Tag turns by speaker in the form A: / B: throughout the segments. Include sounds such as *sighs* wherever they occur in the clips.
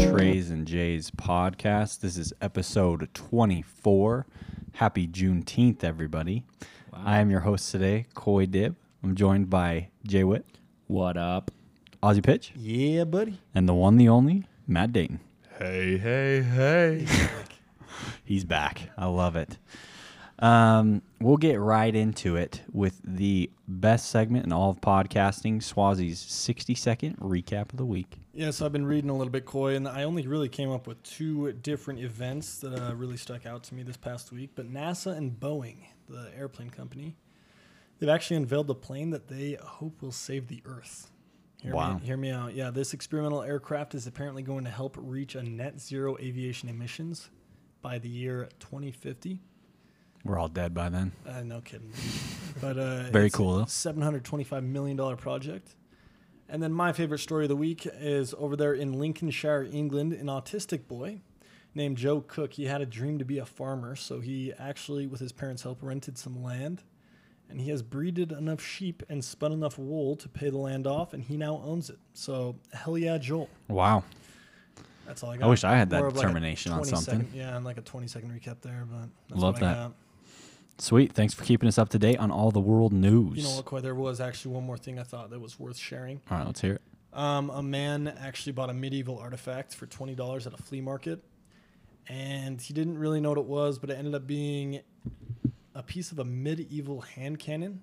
A: and Jay's podcast. This is episode 24. Happy Juneteenth, everybody. I am your host today, Coy Dib. I'm joined by Jay Witt,
B: What up?
A: Ozzy Pitch,
C: Yeah, buddy.
A: and the one, the only, Matt Dayton.
C: Hey, hey, hey.
A: *laughs* He's back. I love it. Um, we'll get right into it with the best segment in all of podcasting, Swazi's 60 second recap of the week.
C: yeah, so I've been reading a little bit, Coy, and I only really came up with two different events that uh, really stuck out to me this past week. But NASA and Boeing, the airplane company, they've actually unveiled the plane that they hope will save the Earth. Hear
A: Wow.
C: Me, hear me out. Yeah, this experimental aircraft is apparently going to help reach a net zero aviation emissions by the year 2050.
A: We're all dead by then.
C: Uh, no kidding. But uh,
A: *laughs* Very
C: it's
A: cool, though.
C: A Seven hundred twenty-five million dollar project. And then my favorite story of the week is over there in Lincolnshire, England, an autistic boy named Joe Cook. He had a dream to be a farmer, so he actually, with his parents' help, rented some land, and he has breeded enough sheep and spun enough wool to pay the land off, and he now owns it. So hell yeah, Joel!
A: Wow.
C: That's all I got.
A: wish I had that
C: More of like a
A: determination on
C: 20
A: something.
C: second- yeah, and like a twenty-second recap there, but that's
A: Love
C: what I
A: that.
C: got.
A: Sweet. Thanks for keeping us up to date on all the world news.
C: You know what, Coy? There was actually one more thing I thought that was worth sharing.
A: All right, let's hear it.
C: Um, a man actually bought a medieval artifact for twenty dollars at a flea market, and he didn't really know what it was, but it ended up being a piece of a medieval hand cannon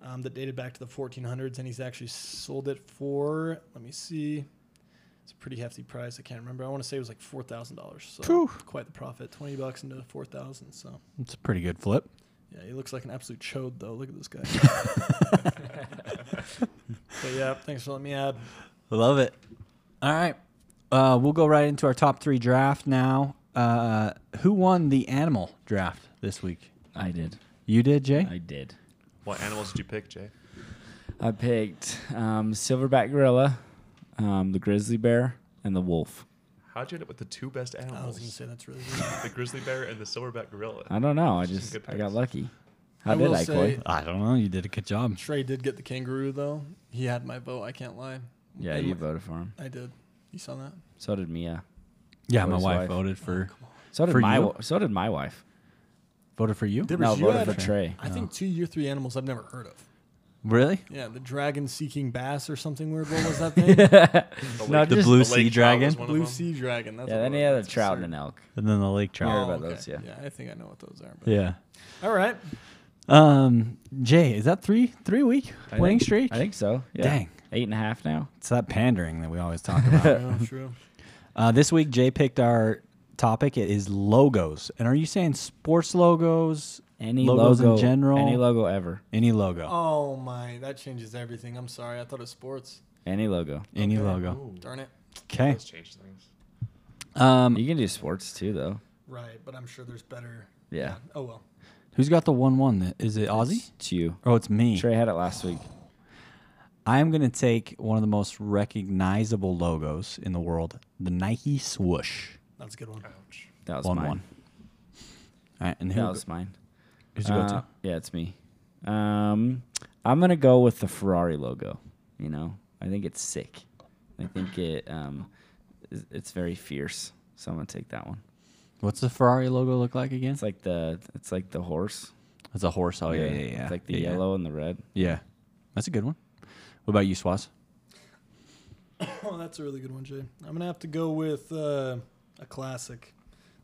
C: um, that dated back to the 1400s, and he's actually sold it for. Let me see. It's a pretty hefty price. I can't remember. I want to say it was like four thousand dollars. So quite the profit. Twenty bucks into four thousand. So
A: It's a pretty good flip.
C: yeah, he looks like an absolute chode though. Look at *laughs* this guy. but yeah, thanks for letting me add.
A: Love it. All right. Uh, we'll go right into our top three draft now. Uh, who won the animal draft this week?
B: I did.
A: You did, Jay?
B: I did.
D: What animals did you pick, Jay?
B: I picked um, silverback gorilla, um, the grizzly bear, and the wolf.
D: How'd you end up with the two best
C: I was
D: animals?
C: gonna say that's really good.
D: the grizzly bear and the silverback gorilla.
B: I don't know. I
D: Some
B: just
D: good
B: I got
D: picks.
B: lucky. How
C: I
B: did
C: will
B: I, Coy?
C: say-
A: I don't know. You did a good job.
C: Trey did get the kangaroo though. He had my vote. I can't lie.
B: Yeah,
C: And
B: you voted for him.
C: I did. You saw that?
B: So did Mia.
A: Yeah, my
B: Always
A: wife, Oh,
B: wife.
A: voted for
B: So did
A: For
B: my.
A: you?
B: Wa- so did my wife.
A: voted for you.
C: Did-
B: no,
C: was you
B: voted
C: had
B: for
C: a-
B: Trey.
C: I think two year three animals I've never heard of.
A: Really?
C: Yeah, the dragon seeking bass or something weird. What
B: *laughs*
C: was that thing?
D: The
B: No,
D: lake-
B: The
A: blue
D: lake
A: sea
D: trout
A: dragon?
D: was one of
C: Blue
D: them.
C: sea dragon. That's
B: Yeah.
C: what
B: Then
C: it
B: he
C: was.
B: had a
C: That's
B: trout
C: absurd.
B: and an elk.
A: And then the lake trout.
B: heard about those, yeah.
C: Oh, yeah, I think I know what those are. But.
A: Yeah.
C: All
B: *laughs*
C: right.
A: Um, Jay, is that three three week
B: I
A: winning
B: think-
A: streak?
B: I think so. Yeah.
A: Dang.
B: Eight and a half now.
A: It's that pandering that we always talk *laughs* about.
C: Yeah, true.
A: uh, this week, Jay picked our topic. It is logos. And are you saying sports logos?
B: Any
A: logos
B: logo
A: in general?
B: Any logo ever.
A: Any logo.
C: Oh my, that changes everything. I'm sorry. I thought it was sports.
B: Any logo.
A: any
C: okay.
A: logo.
D: Ooh,
C: Darn it.
A: Okay.
D: those changed things.
A: Um,
B: You can do sports too, though.
C: Right, but I'm sure there's better.
B: Yeah.
C: Oh well.
A: who's got the one one? that- Is it Ozzy?
B: It's you.
A: Oh, it's me.
B: Trey had it last week.
A: I am gonna take one of the most recognizable logos in the world, the Nike swoosh.
C: That's a good one.
D: Ouch.
B: That was
A: One
B: mine.
A: one. All right, and who,
B: That was mine.
A: who's your
B: Uh,
A: go-to?
B: Yeah, it's me. Um, I'm gonna go with the Ferrari logo. You know, I think it's sick. I think it um, is- it's very fierce. So I'm gonna take that one.
A: What's the Ferrari logo look like again?
B: It's like the it's like the horse.
A: It's a horse. Oh yeah, yeah, yeah.
B: It's like the
A: Yeah, yeah.
B: yellow and the red.
A: Yeah, that's a good one. What about you, Swaz?
C: Oh, that's a really good one, Jay. I'm gonna have to go with uh, a classic.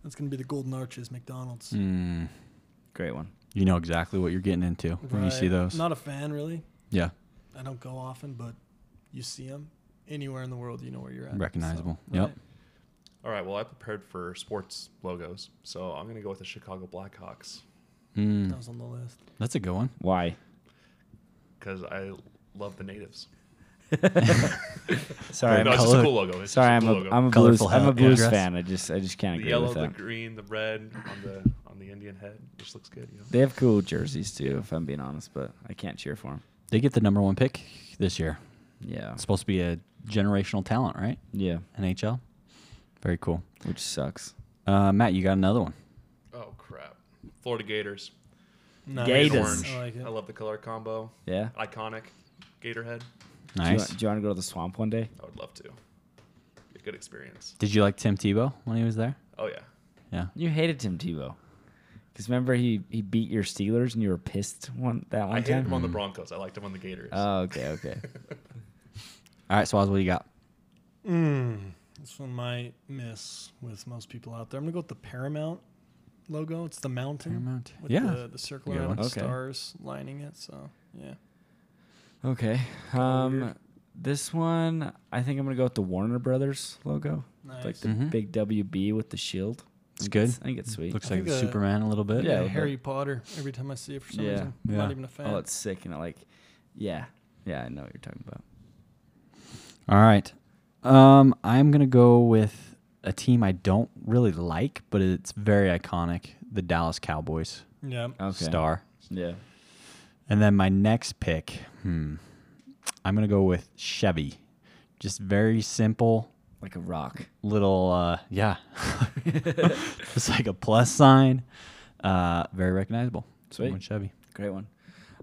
C: That's gonna be the Golden Arches McDonald's.
B: Hmm.
A: Mm,
B: Great one.
A: you know exactly what you're getting into when you see
C: Right.
A: those.
C: Not a fan, really.
A: yeah,
C: I don't go often, but you see them anywhere in the world, you know where you're at. so,
A: recognizable. yep.
C: right.
D: All right, well, I prepared for sports logos, so I'm going to go with the Chicago Blackhawks
C: That
A: Mm,
C: was on the list.
A: that's a good one. *laughs*
B: Why?
D: because I love the natives.
B: Sorry, I'm
D: no, it's
B: col-
D: just a
A: colored-
D: cool logo. It's
B: sorry, I'm
D: just a cool
B: a,
D: logo.
B: I'm a blues
A: Colorful
B: I'm a
A: hat, yeah.
B: blues
A: dress.
B: fan. I just I just can't
D: the
B: agree
D: yellow,
B: with
D: the
B: that.
D: green, the red on the on the Indian head. Just looks good, you know.
B: They have cool jerseys too, if I'm being honest, but I can't cheer for them.
A: They get the number one pick this year.
B: Yeah,
A: It's supposed to be a generational talent, right?
B: yeah,
A: NHL. Very cool.
B: which sucks.
A: Uh, Matt, you got another one.
D: Oh crap! Florida Gators.
C: Nice.
D: Red and
B: Gators.
D: orange.
C: I like it.
D: I love the color combo.
B: Yeah.
D: Iconic. Gator head.
B: Do you
A: Nice.
B: want- do you want to go to the swamp one day?
D: I would love to. Be good experience.
A: Did you like Tim Tebow when he was there?
D: Oh yeah,
A: Yeah.
B: You hated Tim Tebow. Because remember he, he beat your Steelers and you were pissed one that
D: I
B: one
D: hated
B: time.
D: him on the Broncos. I liked him on the Gators.
A: Uh,
B: Oh, okay, okay.
A: All right, Swaz, what do you got?
C: Mm, this one might miss with most people out there. I'm gonna go with the Paramount logo. It's the mountain.
A: Paramount.
C: With
A: Yeah.
C: The, the circle
A: Good
C: around
A: one.
C: the
B: Okay.
C: stars lining it. So yeah.
D: *laughs*
B: okay. Um, this one I think I'm gonna go with the Warner Brothers logo,
C: Nice.
B: like the
A: Mhm.
B: big WB with the shield.
A: It's
B: I think
A: good.
B: I think it's sweet.
A: Looks
C: I
A: like
C: think, uh,
A: Superman a little bit.
B: yeah,
C: yeah,
B: but-
C: Harry Potter. Every time I see it for some
B: Yeah.
C: reason, I'm
A: Yeah.
C: not even a fan.
B: oh, it's sick and I like, yeah, yeah. I know what you're talking about.
A: All right. Um, I'm gonna go with a team I don't really like, but it's very iconic. The Dallas Cowboys
C: yeah,
B: Okay.
A: star.
B: Yeah.
A: And then my next pick, hmm, I'm gonna go with Chevy. Just very simple
B: Like a rock.
A: little, uh, yeah, *laughs* just like a plus sign. Uh, very recognizable. So I
B: Sweet.
A: went Chevy.
B: Great one.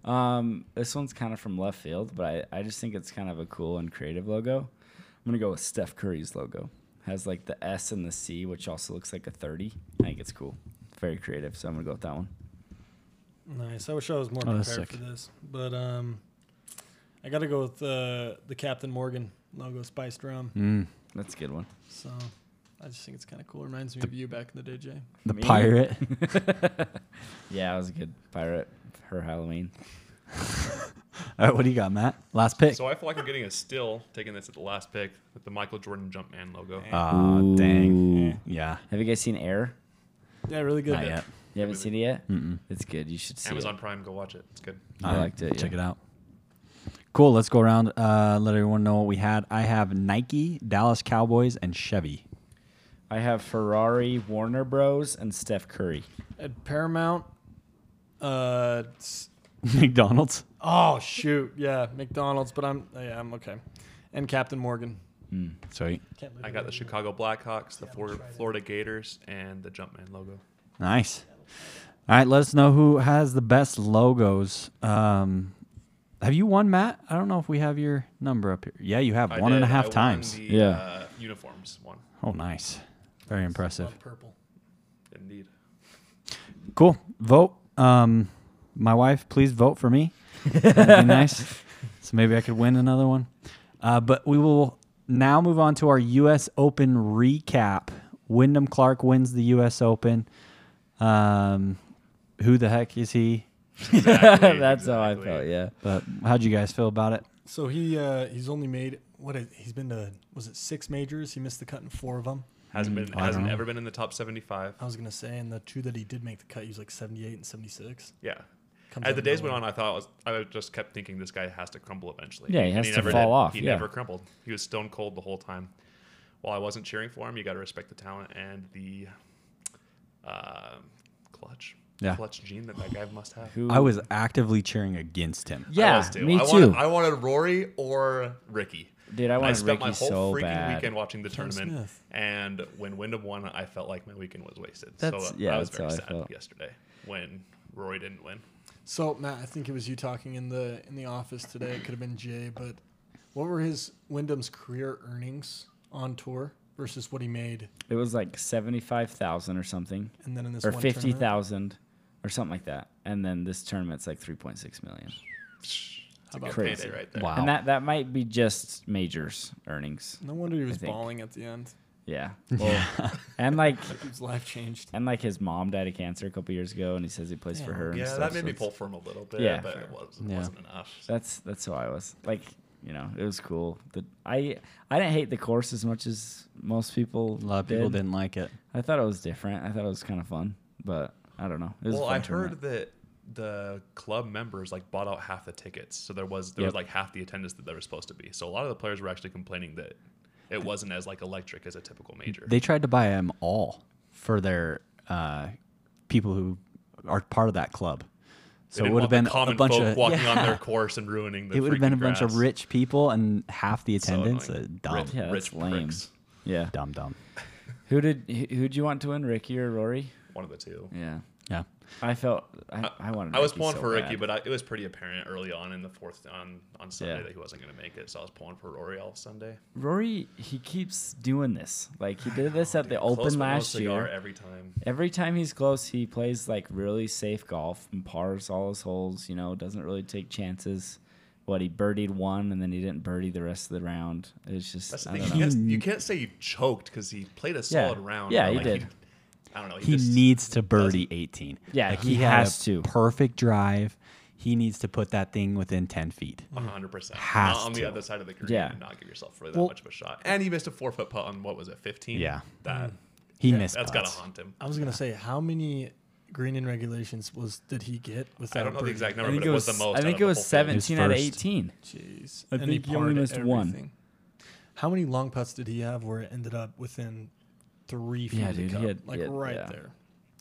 B: Um, this one's kind of from left field, but I, I just think it's kind of a cool and creative logo. I'm gonna go with Steph Curry's logo. Has like the S and the C, which also looks like a 30. I think it's cool. Very creative, so I'm gonna go with that one.
C: nice. I wish I was more
A: Oh,
C: prepared
A: that's
C: for
A: sick.
C: this, but um, I got to go with uh, the Captain Morgan logo, spiced rum.
B: Hmm.
A: Mm,
B: That's a good one.
C: So I just think it's kind of cool. Reminds me of you back in the day, Jay.
A: the
B: Me?
A: pirate.
B: Yeah, I was a good pirate. Her Halloween.
A: *laughs* All right, what do you got, Matt? Last pick.
D: So I feel like I'm getting a still taking this at the last pick with the Michael Jordan Jumpman logo.
A: Ah,
B: Ooh.
A: dang. Yeah.
B: Have you guys seen Air?
C: Yeah, really good.
A: Not yet.
B: You haven't seen it yet.
A: Mm-mm.
B: It's good. You should see
D: Amazon
B: it.
D: Prime, go watch it. It's good.
B: I
A: All right,
B: liked it,
A: Check
B: yeah.
A: it out. Cool. Let's go around. Uh, let everyone know what we had. I have Nike, Dallas Cowboys, and Chevy. *laughs*
B: I have Ferrari, Warner Bros, and Steph Curry.
C: At Paramount, uh, s-
A: McDonald's.
C: oh shoot, yeah, McDonald's. But I'm, yeah, I'm okay. And Captain Morgan.
A: Sweet.
C: Can't live
D: I got
C: without
D: the
C: him.
D: Chicago Blackhawks, the Flor- Florida Gators, and the Jumpman logo.
A: Nice. All right. Let us know who has the best logos. Um, have you won, Matt? I don't know if we have your number up here. Yeah, you have
D: I
A: one and a
D: did.
A: half
D: I won
A: times.
D: the,
B: Yeah.
D: uh, uniforms one.
A: oh, nice. Very impressive.
C: Love purple.
A: *laughs*
D: Indeed.
A: Cool. Vote. Um, my wife, please vote for me.
D: *laughs*
A: That'd be nice. So maybe I could win another one. Uh, but we will now move on to our U.S. Open recap. Wyndham Clark wins the U.S. Open. Um, who the heck is he?
B: *laughs*
D: Exactly,
B: That's how I
D: exactly.
B: felt. Yeah.
A: But how'd you guys feel about it?
C: So he uh, he's only made what is, he's been to was it six majors? He missed the cut in four of them.
D: Hasn't been
A: I don't
D: hasn't
A: know. Uh,
D: ever been in the top 75.
C: I was gonna say, and the two that he did make the cut, he was like 78 and 76.
D: Yeah.
C: Comes out
D: As the
C: of
D: days went
C: nowhere.
D: on, I thought I was I just kept thinking this guy has to crumble eventually.
B: Yeah, he
D: And
B: has to
D: never
B: fall
D: did.
B: off,
D: He
B: yeah.
D: never crumbled. He was stone cold the whole time. While I wasn't cheering for him, you got to respect the talent and the uh, clutch,
A: Yeah.
D: clutch gene that that guy must have.
B: Who?
A: I was actively cheering against him.
D: I
B: Yeah,
D: was
B: me
D: I
B: too.
D: Wanted, I wanted Rory or Ricky.
B: Dude, I
D: And
B: wanted
D: I spent my
B: Ricky
D: whole
B: so
D: freaking
B: bad.
D: weekend watching the tournament,
C: Smith.
D: and when Wyndham won, I felt like my weekend was wasted.
B: That's-
D: so uh,
B: yeah,
D: I was
B: that's
D: very
B: how I
D: sad
B: felt.
D: yesterday when Rory didn't win.
C: So Matt, I think it was you talking in the in the office today. It could have been Jay, but what were his Wyndham's career earnings on tour versus what he made,
B: It was like seventy-five thousand or something,
C: and then in this
B: or
C: one
B: fifty
C: tournament?
B: thousand, or something like that. And then this tournament's like three point six million,
D: It's a good
B: crazy.
D: payday right there.
A: Wow.
B: and that that might be just majors earnings.
C: No wonder he was
B: think.
C: bawling at the end.
B: Yeah.
A: *laughs*
B: Well, and like
C: His life changed.
B: and like his mom died of cancer a couple years ago, and he says he plays for
C: Damn.
B: her. and
D: Yeah,
B: stuff,
D: that
B: so
D: made me
B: it's-
D: pull for him a little bit,
B: Yeah.
D: but it wasn't,
A: Yeah.
D: wasn't enough.
B: That's that's how I was. Like you know, it was cool. The, I I didn't hate the course as much as most people.
A: A lot of people didn't like it.
B: I thought it was different. I thought it was kind of fun, but I don't know. It was a
D: Well,
B: fun
D: I
B: tournament.
D: heard that the club members like bought out half the tickets, so there was there was
B: Yep.
D: like half the attendance that there was supposed to be. So a lot of the players were actually complaining that it wasn't as like electric as a typical major.
A: They tried to buy them all for their uh, people who are part of that club. So
D: They
A: it
D: didn't
A: would have
D: want
A: been
D: the
A: a
D: common
A: bunch
D: folk
A: of
D: walking on
A: yeah.
D: their course and ruining
A: *laughs*
D: the.
A: it would have been a
D: freaking
A: bunch of
D: grass.
A: rich people and half the
D: So
A: attendance.
D: annoying.
A: uh, dumb,
D: Rich,
B: Yeah, that's
D: rich
B: lame.
D: pricks.
B: Yeah.
A: dumb, dumb.
B: Who did who would you want to win, Ricky or Rory?
D: One of the two.
B: Yeah.
A: Yeah.
B: I felt I, I wanted.
D: I was
B: Ricky
D: pulling
B: so
D: for Ricky,
B: bad.
D: but I, it was pretty apparent early on in the fourth on on Sunday
B: Yeah.
D: that he wasn't going to make it, so I was pulling for Rory all Sunday.
B: Rory he keeps doing this. Like he did this at the
D: Close but
B: Open
D: no
B: last
D: cigar
B: year.
D: every time.
B: Every time he's close, he plays like really safe golf and pars all his holes. You know, doesn't really take chances. What he birdied one, and then he didn't birdie the rest of the round. It's just
D: That's the
B: I
D: thing.
B: don't
D: You
B: know.
D: can't, you can't say he choked because he played a solid round.
B: Yeah,
D: but,
B: he did.
D: I don't know.
A: He
D: just-
A: needs to birdie 18.
B: Yeah, he
A: had a
B: has to.
A: Perfect drive. He needs to put that thing within 10 feet.
D: 100%.
A: Has
D: Not on the
A: to.
D: other side of the green
B: Yeah.
D: and not give yourself really that
C: Well-
D: much of a shot. And he missed a four foot putt on what was it, 15?
A: Yeah.
B: Mm,
D: That,
A: He missed.
D: that's got to
A: putts.
D: haunt him.
C: I was gonna say how many green in regulations was did he get without?
D: I don't know the
C: birdie?
D: exact
B: I
D: number,
B: think
D: but
B: it was.
D: the most.
B: I
D: out
B: think
D: of
B: it
D: the
B: was
D: whole field.
A: was
B: seventeen out of
A: first.
B: eighteen.
C: Jeez.
B: I think he only
C: parred
B: missed one.
C: everything. How many long putts did he have where it ended up within three feet?
B: Yeah,
C: of the
B: dude, he
C: cup?
B: had-
C: like
B: yeah,
C: right
B: yeah.
C: there.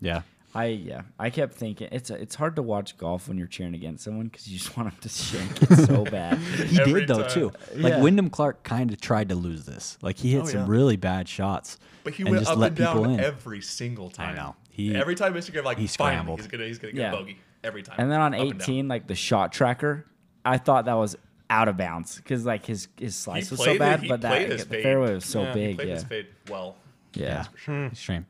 A: Yeah.
B: I yeah. I kept thinking it's it's hard to watch golf when you're cheering against someone because you just want them to *laughs* shank it so bad.
A: He
D: Every
A: did though
D: time.
A: too. Like
B: Yeah.
A: Wyndham Clark kind of tried to lose this. Like he hit
C: Oh,
A: some
C: yeah.
A: really bad shots,
D: But he
A: and
D: went
A: just
D: up
A: let
D: and
A: people
D: down
A: in.
D: every single time.
A: know. He-
D: every time Mr. Graham, like,
A: he
D: he
A: scrambled.
D: He's going to he's gonna get
B: Yeah.
D: bogey every time.
B: And then on
D: Up down.
B: 18, like the shot tracker, I thought that was out of bounds because like his his
D: He
B: slice was
D: played
B: so
D: it-
B: bad,
D: he
B: but that
D: played
B: like,
D: his
B: the
D: fade.
B: fairway was so
D: He
B: big.
D: played his
B: Yeah.
D: fade well.
B: yeah,
D: Hmm.
A: Extreme.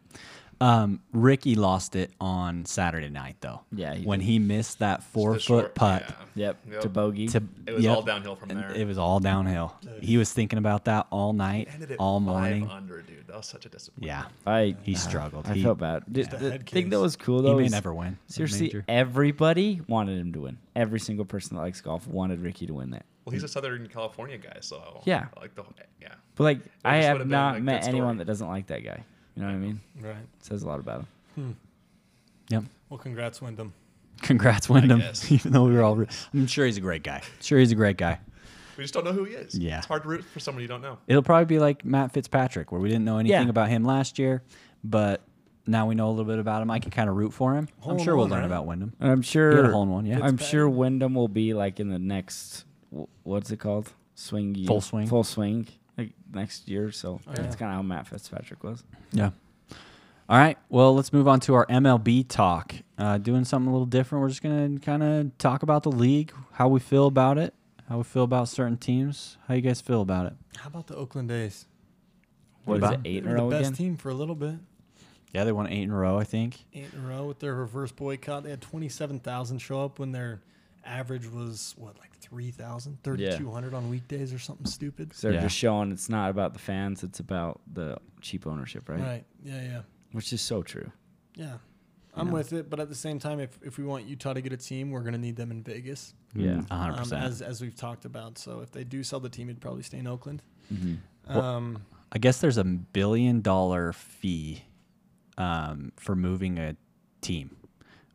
A: Um, Ricky lost it on Saturday night though.
B: Yeah, he
A: when
B: did.
A: he missed that four
D: The
A: foot
D: short-
A: putt.
D: yeah.
B: Yep,
D: Yep.
B: to bogey.
A: To,
D: It was
A: yep,
D: all downhill from
A: and
D: there.
A: It was all downhill. He was thinking about that all night,
D: Ended at
A: all
D: five
A: morning.
D: under, dude. That was such a disappointment.
A: Yeah,
B: I
A: he struggled.
B: Uh, I
A: he,
B: felt bad. The,
C: the
B: the
C: head
B: thing that
C: case.
B: was cool
A: he
B: though
A: may
B: is
A: never win. a
B: seriously
A: major.
B: everybody wanted him to win. Every single person that likes golf wanted Ricky to win that.
D: Well, he's a Southern California guy, so
B: Yeah.
D: like the yeah.
B: But like, I
D: just
B: have
D: would've been a
B: not
D: good
B: met anyone
D: story.
B: that doesn't like that guy. You know what I mean?
C: Right.
B: It says a lot about him.
A: Yep. *laughs*
C: Well, congrats, Wyndham.
A: Congrats, Wyndham. *laughs*
D: guess.
A: Even though we were all, re- I'm sure he's a great guy. Sure, he's a great guy.
D: We just don't know who he is.
A: Yeah.
D: it's hard to root for someone you don't know.
A: It'll probably be like Matt Fitzpatrick, where we didn't know anything
B: Yeah.
A: about him last year, but now we know a little bit about him. I can kind of root for him. I'm
C: Hole
A: sure
C: in
A: we'll
C: one,
A: learn
C: right?
A: about Wyndham.
B: And I'm
A: He had
B: sure
A: a hole in one, yeah.
B: I'm sure Wyndham will be like in the next wh- what's it called? Swing year-
A: Full swing.
B: Full swing. Like next year or so. That's
C: Oh, yeah.
B: kinda how Matt Fitzpatrick was.
A: Yeah. All right. Well, let's move on to our MLB talk. Uh, doing something a little different. We're just gonna kind of talk about the league, how we feel about it, how we feel about certain teams. How you guys feel about it?
C: How about the Oakland A's?
B: What is
A: about-
B: it, eight
C: They
B: in a
C: were the
B: row
C: best
B: again?
C: team for a little bit.
A: Yeah, they won eight in a row, I think.
C: Eight in a row with their reverse boycott. They had 27,000 show up when their average was, what, like 3,000? 3,200 on weekdays or something stupid?
B: 'Cause they're
A: Yeah.
B: just showing it's not about the fans, it's about the cheap ownership, right?
C: Right. Yeah, yeah.
B: Which is so true.
C: Yeah. I'm
B: Yeah.
C: with it, but at the same time, if, if we want Utah to get a team, we're going to need them in Vegas,
B: Yeah.
A: A hundred
C: um,
A: percent.
C: as as we've talked about. So if they do sell the team, it'd probably stay in Oakland.
A: Mm-hmm.
B: Mhm.
A: Well-
C: Um,
A: I guess there's a billion dollar fee um, for moving a team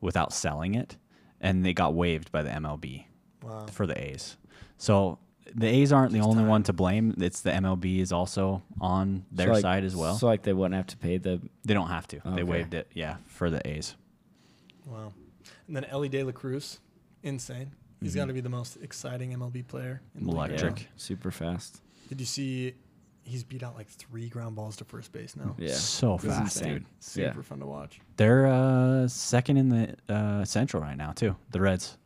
A: without selling it, and they got waived by the MLB
C: wow.
A: for the A's. So the A's aren't the
C: Just
A: only
C: time.
A: one to blame. It's the MLB is also on their
B: So, like-
A: side as well.
B: So like they wouldn't have to pay the
A: They don't have to. They
B: Okay.
A: waived it. Yeah, for the A's.
C: Wow. And then Ellie De La Cruz, insane. He's got to be the most exciting MLB player. In the league right now.
A: Electric.
B: super fast.
C: Did you see? He's beat out like three ground balls to first base now.
B: Yeah.
A: So
B: This is
A: fast,
B: insane.
A: Oh, dude.
C: Super
B: Yeah.
C: fun to watch.
A: They're uh, second in the uh, Central right now too. The Reds,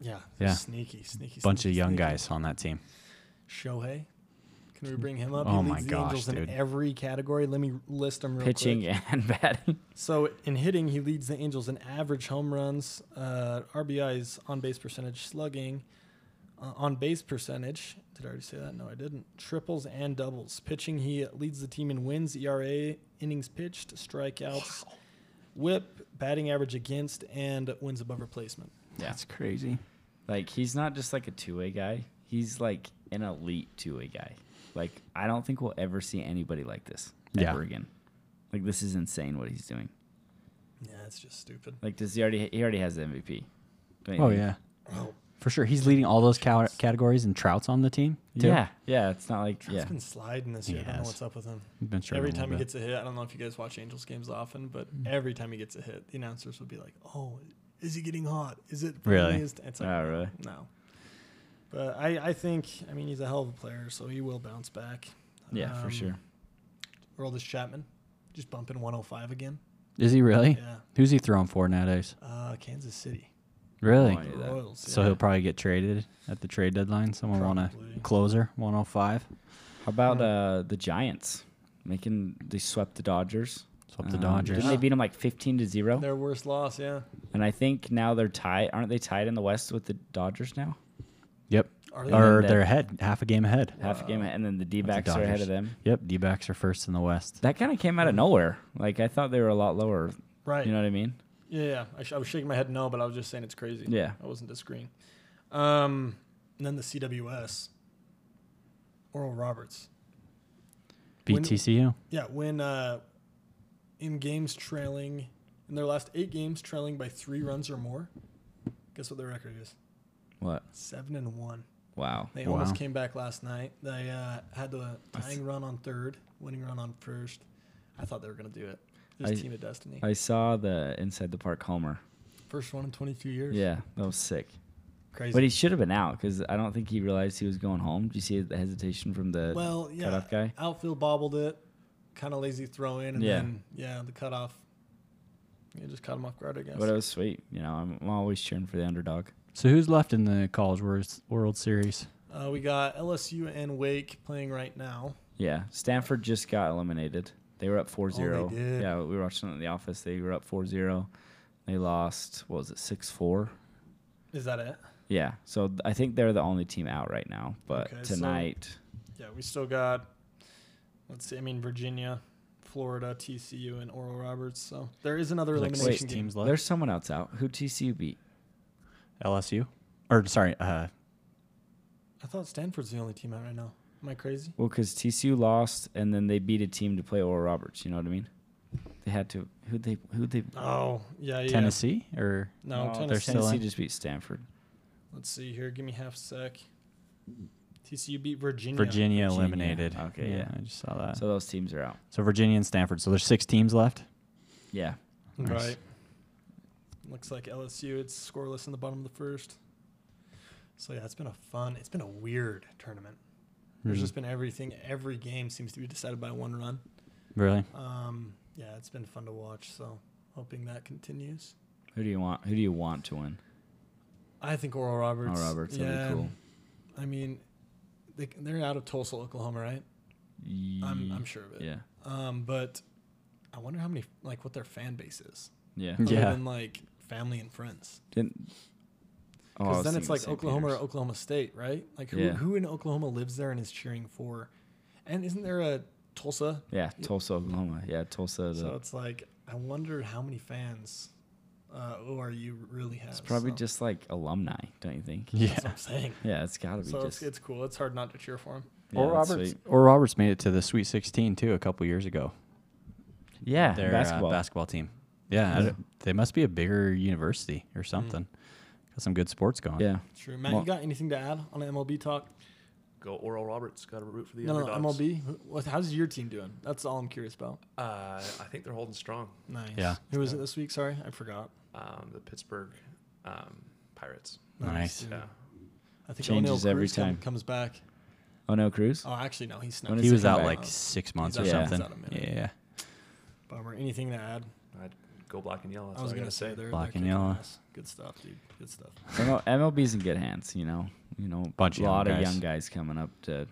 C: Yeah.
A: Yeah.
C: Sneaky, sneaky.
A: bunch of
C: sneaky,
A: young
C: sneaky.
A: guys on that team.
C: Shohei. Can we bring him up?
A: Oh
C: he
A: my
C: leads
A: gosh,
C: the Angels
A: dude.
C: in every category. Let me list them real
B: Pitching
C: quick.
B: *laughs* and batting.
C: So in hitting, he leads the Angels in average home runs, uh, RBIs, on base percentage, slugging, uh, on base percentage. Did I already say that? No, I didn't. Triples and doubles. Pitching, he leads the team in wins, ERA, innings pitched, strikeouts, WHIP, batting average against, and wins above replacement.
A: That's crazy.
B: Like he's not just like a two-way guy. He's like an elite two-way guy. Like I don't think we'll ever see anybody like this
A: Yeah.
B: ever again. Like this is insane what he's doing.
C: Yeah, that's just stupid.
B: Like does he already he already has the MVP? Don't you
A: Oh
B: think?
A: yeah,
C: Oh,
A: for sure. He's leading all those cal- categories, and Trout's on the team. Too.
B: Yeah. Yeah, it's not like
C: Trout's
B: yeah.
C: been sliding this
A: He
C: year. I don't
A: has.
C: know what's up with him.
A: He's been struggling
C: every
A: a
C: time he
A: little
C: gets a hit, I don't know if you guys watch Angels games often, but
B: Mm.
C: every time he gets a hit, the announcers would be like, "Oh, is he getting hot? Is it
A: Really?
C: is- It's like,
B: Oh, really?
C: No. But I, I think, I mean, he's a hell of a player, so he will bounce back.
B: Yeah, for
C: Um,
B: sure.
C: Earl this Chapman, just bumping 105 again.
A: Is he really?
C: Yeah.
A: Who's he throwing for nowadays?
C: Uh, Kansas City.
A: Really?
B: Oh, yeah.
C: The
B: that.
C: Royals.
A: so he'll probably get traded at the trade deadline. Someone want a
C: Probably.
A: closer, 105.
B: How about uh, the Giants making they swept the Dodgers?
A: Swept the
B: Um,
A: Dodgers.
B: Didn't they beat them like fifteen to zero?
C: Their worst loss, yeah.
B: And I think now they're tied. Aren't they tied in the West with the Dodgers now?
A: Yep.
C: Are they?
A: Or
B: And then
A: they're
B: the-
A: ahead, half a game ahead.
B: Half a game, ahead, and then the D
A: That's
B: backs
A: the
B: are ahead
A: Dodgers.
B: of them.
A: Yep, D backs are first in the West.
B: That kind of came out of nowhere. Like I thought they were a lot lower.
C: Mm-hmm. Right.
B: You know what I mean?
C: Yeah, yeah. I, sh- I was shaking my head no, but I was just saying it's crazy.
B: Yeah.
C: I wasn't disagreeing. Um, and then the CWS, Oral Roberts. When-
A: BTCU.
C: Yeah, when uh, in games trailing, in their last eight games trailing by three runs or more, guess what their record is?
B: What?
C: Seven and one.
B: Wow.
C: They
A: Wow.
C: almost came back last night. They uh, had the tying run on third, winning run on first. I thought they were going to do it. This
B: I-
C: team of destiny.
B: I saw the inside the park homer.
C: First one in 22 years.
B: Yeah, that was sick.
C: Crazy.
B: But he should have been out because I don't think he realized he was going home. Do you see the hesitation from the?
C: Well, yeah.
B: cutoff guy?
C: Outfield bobbled it, kind of lazy throw in, and
B: Yeah.
C: then yeah, the cutoff. It just caught him off guard, I guess.
B: but it was sweet. You know, I'm, I'm always cheering for the underdog.
A: So who's left in the College World, World Series?
C: Uh, we got LSU and Wake playing right now.
B: Yeah, Stanford just got eliminated. They were up 4-0.
C: Oh, did.
B: Yeah, we were watching it in the office. They were up 4-0. They lost. What was it? Six four.
C: Is that it?
B: Yeah. So th- I think they're the only team out right now. But
C: Okay, so-
B: tonight,
C: Yeah, we still got. Let's see. I mean, Virginia, Florida, TCU, and Oral Roberts. So there is another
A: Like
C: elimination
A: six
C: game.
A: teams
B: there's
A: left.
B: someone else out. Who TCU beat?
A: LSU, or sorry, uh,
C: I thought Stanford's the only team out right now. Am I crazy?
B: Well, because TCU lost, and then they beat a team to play Oral Roberts. You know what I mean? They had to. Who they? Who they?
C: Oh yeah, yeah.
A: Tennessee, or
C: No,
B: No,
C: Tennessee.
A: still
B: Tennessee
A: in.
B: just beat Stanford.
C: Let's see here. Give me half sec. TCU beat Virginia.
A: Virginia,
B: Virginia.
A: eliminated.
B: Okay, yeah.
A: I just saw that.
B: So
A: So,
B: those teams are out.
A: Virginia and Stanford. So there's six teams left.
B: Yeah.
A: Nice.
C: Right. Looks like LSU. It's scoreless in the bottom of the first. So yeah, it's been a fun. It's been a weird tournament. There's
B: Hmm.
A: Mhm.
C: just been everything. Every game seems to be decided by one run.
A: Really?
C: Um, yeah, it's been fun to watch. So hoping that continues.
B: Who do you want? Who do you want to win?
C: I think Oral Roberts.
B: Oral Roberts.
C: yeah,
B: That'd be cool.
C: I mean, they, they're out of Tulsa, Oklahoma, right? I'm, I'm sure of it.
B: Yeah.
C: Um, but I wonder how many like what their fan base is.
B: Yeah.
A: Yeah.
C: Other than like family and friends.
B: Didn't. oh, I
C: Because
B: was
C: then
B: thinking
C: it's like
B: St.
C: Oklahoma
B: Peter's.
C: or Oklahoma State, right? Like who,
B: Yeah.
C: who in Oklahoma lives there and is cheering for? And isn't there a Tulsa?
B: Yeah, Tulsa, Oklahoma. Yeah, Tulsa. the-
C: So it's like I wonder how many fans uh, ORU really has.
B: it's probably
C: so.
B: just like alumni, don't you think?
A: Yeah.
C: that's what I'm
B: *laughs*
C: saying.
B: Yeah, it's got to be
C: So it's,
B: just.
C: it's cool. It's hard not to cheer for him.
B: yeah,
A: or
B: that's
A: Roberts.
B: sweet.
A: Or Roberts made it to the Sweet 16 too a couple years ago.
B: Yeah,
A: Their uh,
B: basketball.
A: basketball team. Yeah, Mm. I
B: Yeah.
A: don't- they must be a bigger university or something. Got some good sports going.
B: yeah.
C: True, Matt.
B: Well-
C: you got anything to add on the MLB talk?
D: Go Oral Roberts. Got to root for the
C: No, no,
D: underdogs.
C: MLB. Who- What, how's your team doing? That's all I'm curious about.
D: Uh, I think they're holding strong.
C: Nice.
A: Yeah.
C: Who was it this week? Sorry, I forgot.
D: Um, the Pittsburgh um, Pirates.
A: Nice.
C: dude.
D: Yeah.
C: I think
B: Changes
C: O'Neal Cruz
B: every
C: come-
B: time.
C: comes back.
B: Oh no, Cruz.
C: Oh, actually, no, he's not.
B: When is
A: He
B: it
A: was
B: come
A: out
B: back?
A: like six months
C: He's
A: or
B: out- he's
A: something.
C: out a minute.
A: Yeah.
C: Bummer. Anything to add?
D: I'd go black and yellow. That's
C: I was
D: all I
C: gonna
D: gotta
C: say they're
A: Black
C: they're
A: and
C: kicking
A: yellow.
C: ass. Good stuff, dude. Good stuff.
B: ML- MLB's in good hands. You know, you know,
A: Bunch of
B: a lot
A: young
B: of
A: guys.
B: young guys coming up to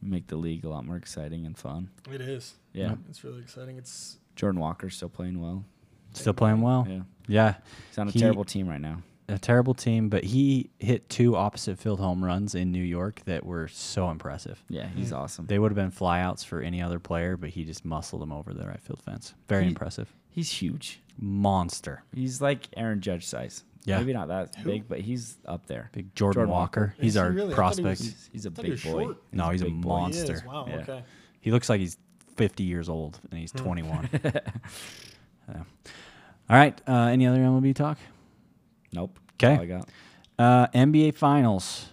B: make the league a lot more exciting and fun.
C: It is.
B: Yeah,
A: Yep.
C: It's really exciting. It's
B: Jordan Walker's still playing well.
A: Still playing well.
B: Yeah,
A: Yeah.
B: he's on a
A: Oh. He-
B: terrible team right now.
A: a terrible team, but he hit two opposite field home runs in New York that were so impressive.
B: Yeah, he's awesome.
A: They would have been flyouts for any other player, but he just muscled them over the right field fence. Very
B: He-
A: impressive.
B: he's huge.
A: Monster.
B: He's like Aaron Judge size.
A: Yeah.
B: maybe not that big, but he's up there.
A: Big Jordan,
B: Jordan
A: Walker.
B: Walker.
A: He's
C: Is he
A: our
C: really? I thought he was-
A: prospect.
B: He's, he's a
C: I thought
B: big
C: he was
B: boy.
C: short.
A: no, he's a,
B: big boy. He
A: monster.
C: He is. Wow.
B: Yeah.
C: Okay.
A: He looks like he's 50 years old and
C: Hmm.
A: he's
C: *laughs*
A: 21. So. All right. Uh, any other MLB talk?
B: Nope.
A: 'Kay.
B: All I got.
A: Uh, NBA Finals.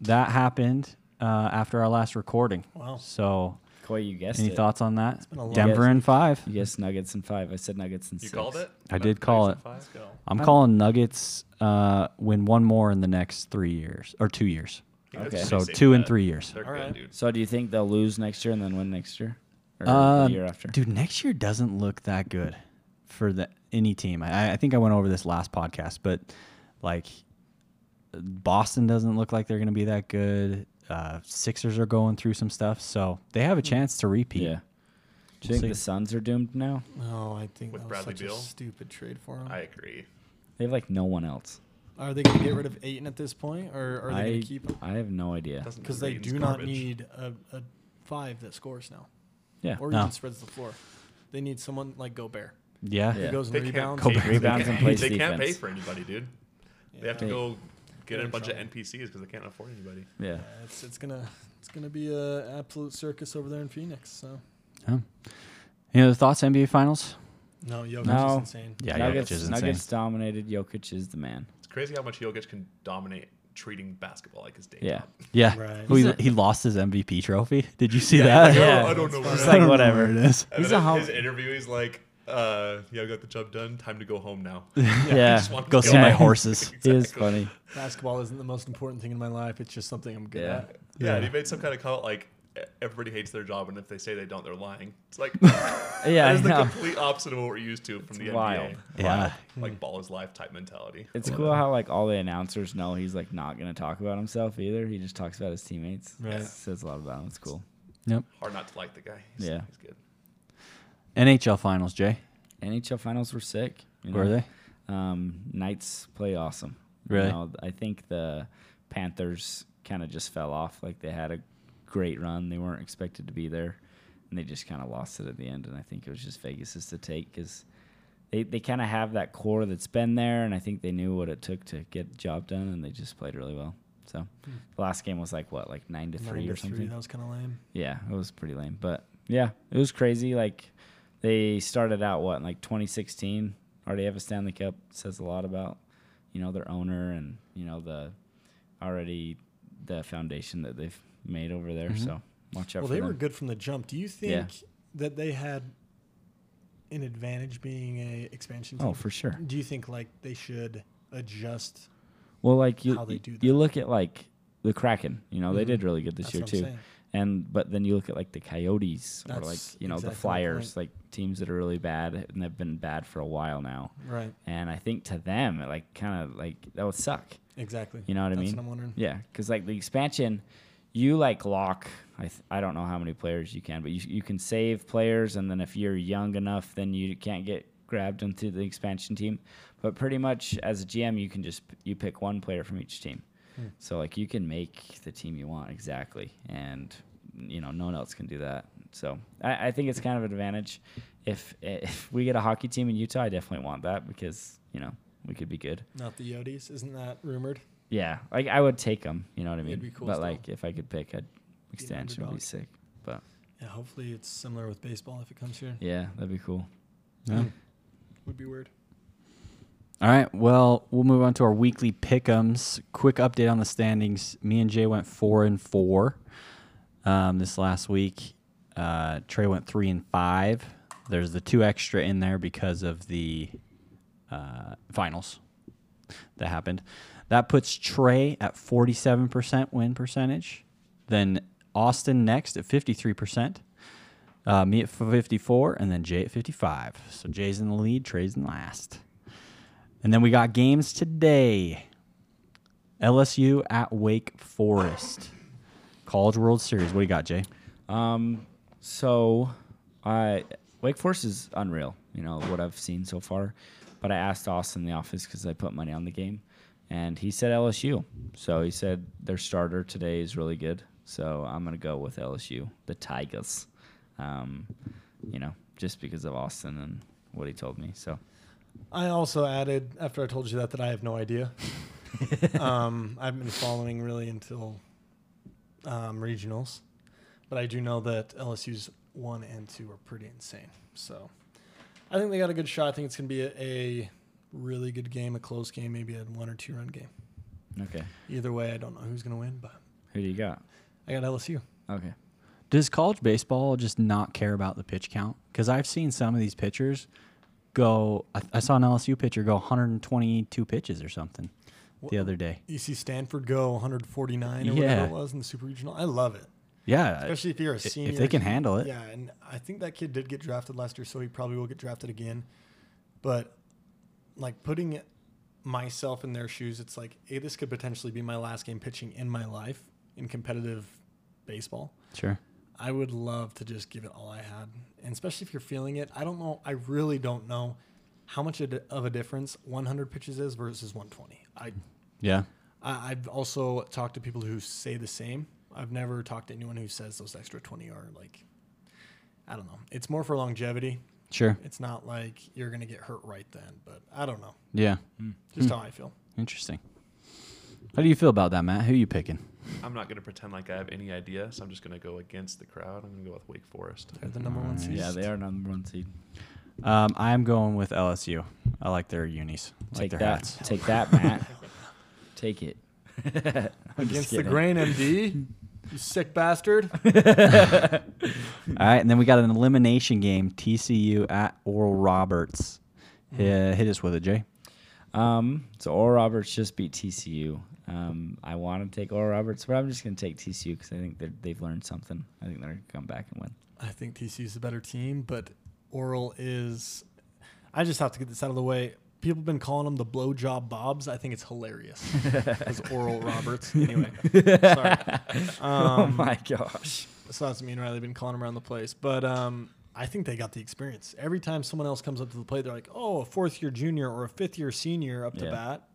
A: That happened uh, after our last recording.
C: Wow.
A: So,
B: Coy, you guessed
A: any
B: it.
A: thoughts on that?
C: been a long-
A: Denver in five.
B: You guessed Nuggets in five. I said Nuggets in
D: You
B: six.
D: called it.
A: I did call
D: Nuggets
A: it.
D: in five?
C: Let's go.
A: I'm calling Nuggets uh, win one more in the next three years or two years.
D: I think
B: Okay.
D: that's
A: So
D: pretty safe
A: two and
D: bet.
A: three years.
D: They're
C: All
D: good,
C: right.
D: dude.
B: So do you think they'll lose next year and then win next year, or
A: Uh,
B: the year after?
A: Dude, next year doesn't look that good for the any team. I, I think I went over this last podcast, but like Boston doesn't look like they're going to be that good. Uh, Sixers are going through some stuff, so they have a chance to repeat.
B: Hmm. Yeah. Do you think
A: See.
B: the Suns are doomed now?
C: No, I think
D: With
C: that was
D: Bradley
C: such
D: Beal?
C: a stupid trade for him.
D: I agree.
B: They have like no one else.
C: Are they going to get rid of Aiton at this point, or are they
B: I
C: going to keep him?
B: I have no idea.
D: Doesn't
C: Because they
D: Aiden's
C: do not
D: garbage.
C: need a, a five that scores now,
B: Yeah.
C: or
A: No.
C: even spreads the floor. They need someone like Gobert
A: Yeah.
C: who
B: Yeah.
C: goes and
D: They can't
C: rebounds.
D: pay,
A: Kobe
D: they
B: rebounds and
D: can't-
B: plays
D: They can't pay
B: defense.
D: for anybody, dude. They have to
B: Yeah.
D: go get in a
C: in
D: bunch
C: trouble.
D: of NPCs because they can't afford anybody.
B: Yeah.
C: Yeah, it's it's gonna it's gonna be a absolute circus over there in Phoenix. So
A: Any other thoughts? NBA Finals?
C: no, Jokic
B: No.
C: is insane.
A: Yeah,
B: Nuggets,
A: Jokic is insane.
B: Nuggets dominated. Jokic is the man.
D: It's crazy how much Jokic can dominate treating basketball like his day
B: Yeah.
D: job.
C: *laughs*
A: Yeah,
C: Right.
A: Who he,
B: He's a-
A: he lost his MVP trophy. *laughs* Did you see
D: Yeah,
A: that?
B: *laughs*
D: like,
B: Yeah.
D: oh, I don't know.
C: It's
D: where
A: I
D: I
B: like,
A: don't know
B: whatever.
A: where it is.
D: And
B: He's
D: then
B: a home-
D: his interview, he's like, uh, "Yeah, I got the job done. Time to go home now."
B: *laughs* Yeah.
D: just wanted
A: Go
D: to
A: see
D: go.
A: my horses.
B: He is
D: Exactly.
B: funny.
C: Basketball isn't the most important thing in my life. It's just something I'm good
B: Yeah.
C: at.
D: Yeah, and he made some kind of comment like, "E- "Everybody hates their job, and if they say they don't, they're lying." It's like that
B: *laughs* Yeah, I
D: is the
B: know.
D: complete opposite of what we're used to from the
B: wild.
D: NBA.
A: Yeah.
B: Hmm.
D: like ball is life type mentality.
B: It's cool how like all the announcers know he's like not gonna talk about himself either. He just talks about his teammates.
C: Right.
B: Says a lot about him. It's cool.
A: Yep.
D: Hard not to like the guy. He's,
B: Yeah.
D: he's good.
A: NHL Finals, Jay.
B: NHL finals were sick. you
A: Were
B: know?
A: they?
B: Um, Knights play awesome.
A: Really?
B: You know, I think the Panthers kind of just fell off. Like they had a great run. They weren't expected to be there, and they just kind of lost it at the end. And I think it was just Vegas's to take because they they kind of have that core that's been there, and I think they knew what it took to get the job done, and they just played really well. So the last game was like what, like Hmm. nine to three
C: Nine to
B: or something.
C: That was kind of lame.
B: Yeah, it was pretty lame, but yeah, it was crazy. Like they started out what in like 2016, already have a Stanley Cup. Says a lot about you know their owner and you know the already the foundation that they've made over there. So watch out
C: Well,
B: for
C: they
B: them.
C: were good from the jump. Do you think
B: Yeah.
C: that they had an advantage being a expansion team?
B: Oh, for sure.
C: Do you think like they should adjust?
B: Well, like you
C: How they do
B: you
C: that. Mm-hmm.
B: look at like the Kraken. You know they did really good this
C: That's
B: year
C: what
B: too.
C: I'm saying.
B: And but then you look at like the Coyotes or like
C: That's
B: you
C: exactly
B: know
C: my
B: the
C: point.
B: Flyers, like teams that are really bad and have been bad for a while now.
C: Right.
B: And I think to them, it like kind of like that would suck.
C: Exactly.
B: You know what I
C: That's
B: mean?
C: What I'm wondering.
B: Yeah, because like the expansion, you like lock. I th- I don't know how many players you can, but you you can save players, and then if you're young enough, then you can't get grabbed into the expansion team. But pretty much as a GM, you can just p- you pick one player from each team. So like you can make the team you want exactly, and you know no one else can do that. So I, I think it's kind of an advantage. If if we get a hockey team in Utah, I definitely want that because you know we could be good.
C: Not the Yodis. Isn't that rumored?
B: Yeah, like I would take them. You know what I mean?
C: It'd be cool
B: but
C: still.
B: like if I could pick, I'd extension would be
C: underdog.
B: sick. But
C: Yeah. Hopefully, it's similar with baseball if it comes here.
B: yeah, that'd be cool.
A: Yeah.
C: Would be weird.
A: All right. Well, we'll move on to our weekly pick'ems. Quick update on the standings. Me and Jay went four and four um, this last week. Uh, Trey went three and five. There's the two extra in there because of the uh, finals that happened. That puts Trey at 47% win percentage. Then Austin next at 53%. Uh, me at 54, and then Jay at 55. So Jay's in the lead, Trey's in last. And then we got games today. LSU at Wake Forest. College World Series. What do you got, Jay?
B: Um, so I Wake Forest is unreal. You know what I've seen so far. But I asked Austin in the office because I put money on the game, and he said LSU. So he said their starter today is really good. So I'm gonna go with LSU, the Tigers. Um, you know, just because of Austin and what he told me. So
C: I also added after I told you that that I have no idea. um, I've been following really until um, regionals, but I do know that LSU's one and two are pretty insane. So I think they got a good shot. I think it's going to be a, a really good game, a close game, maybe a one or two run game.
B: okay,
C: Either way, I don't know who's going to win, but
B: who do you got?
C: I got LSU.
B: Okay.
A: Does college baseball just not care about the pitch count? Because I've seen some of these pitchers go. I, I saw an LSU pitcher go 122 pitches or something the other day.
C: You see E Stanford go 149 or
A: Yeah.
C: whatever it was in the Super Regional. I love it.
A: Yeah.
C: especially if you're a
A: they
C: senior.
A: can handle it.
C: Yeah, and I think that kid did get drafted last year, so he probably will get drafted again. But like putting myself in their shoes, it's like, hey, this could potentially be my last game pitching in my life in competitive baseball.
A: Sure.
C: I would love to just give it all I had, and especially if you're feeling it. I don't know. I really don't know how much a di- of a difference 100 pitches is versus 120. I,
A: Yeah.
C: I I've also talked to people who say the same. I've never talked to anyone who says those extra 20 are like, I don't know. It's more for longevity.
A: Sure.
C: It's not like you're gonna get hurt right then, but I don't know.
A: Yeah.
C: Just
B: Hmm.
C: how I feel.
A: Interesting. How do you feel about that, Matt? Who you picking?
D: I'm not going to pretend like I have any idea, so I'm just going to go against the crowd. I'm going to go with Wake Forest.
C: They're the number one seed.
B: Yeah,
C: *laughs*
B: they are number one seed.
A: Um, I'm going with LSU. I like their unis. I like
B: Take
A: their
B: that.
A: hats.
B: Take
A: *laughs*
B: that, Matt. Take it. I'm just
C: Against the
B: kidding.
C: grain,
B: *laughs*
C: MD. You sick bastard.
A: All right, and then we got an elimination game: TCU at Oral Roberts. Yeah, hit us with it, Jay.
B: Um, so Oral Roberts just beat TCU. Um, I want to take Oral Roberts, but I'm just going to take TCU because I think they're- they've learned something. I think they're going to come back and
A: *laughs*
B: win.
C: I think TCU is the better team, but Oral is. I just have to get this out of the way. People have been calling them the blowjob bobs. I think it's
B: *laughs*
C: hilarious. Because Oral Roberts. Anyway, sorry.
B: *laughs* oh
C: Um,
B: my gosh.
C: so that's me and Riley have been calling them around the place. But um, I think they got the experience. Every time someone else comes up to the plate, they're like, oh, a fourth year junior or a fifth year senior up to
B: Yeah.
C: bat.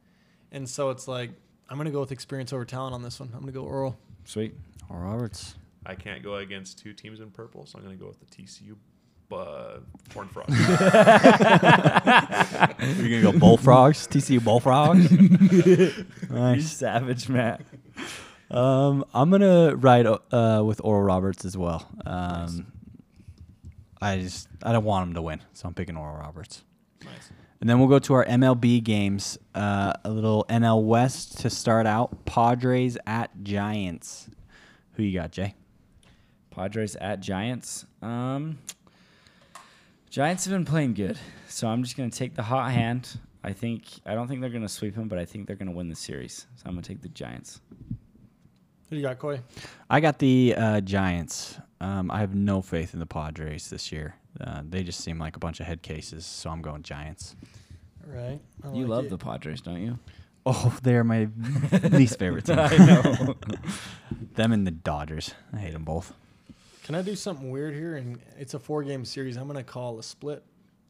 C: And so it's like, I'm going to go with experience over talent on this one. I'm going to go Oral.
B: Sweet.
A: Oral Roberts. *laughs*
D: I can't go against two teams in purple, so I'm going to go with the TCU uh, Horned
A: *laughs*
D: Frogs.
A: You're gonna go *laughs* Bullfrogs, TCU *laughs* Bullfrogs.
B: *laughs* You
A: nice.
B: savage, Matt.
A: Um, I'm gonna ride uh, with Oral Roberts as well. Um, I just I don't want him to win, so I'm picking Oral Roberts.
C: Nice.
A: And then we'll go to our MLB games. Uh, a little NL West to start out. Padres at Giants. Who you got, Jay?
B: Padres at Giants. Um, Giants have been playing good, so I'm just gonna take the hot hand. I think I don't think they're gonna sweep them, but I think they're gonna win the series. So I'm gonna take the Giants.
C: Who you got, Coy?
A: I got the uh, Giants. Um, I have no faith in the Padres this year. Uh, they just seem like a bunch of head cases, so I'm going Giants.
C: All right. I
B: You
C: like
B: love
C: it.
B: the Padres, don't you?
A: *laughs* Oh, they're my least favorite *laughs* team.
B: I know.
A: them and the Dodgers. I hate them both.
C: Can I do something weird here? And it's a four game series. I'm going to call a split.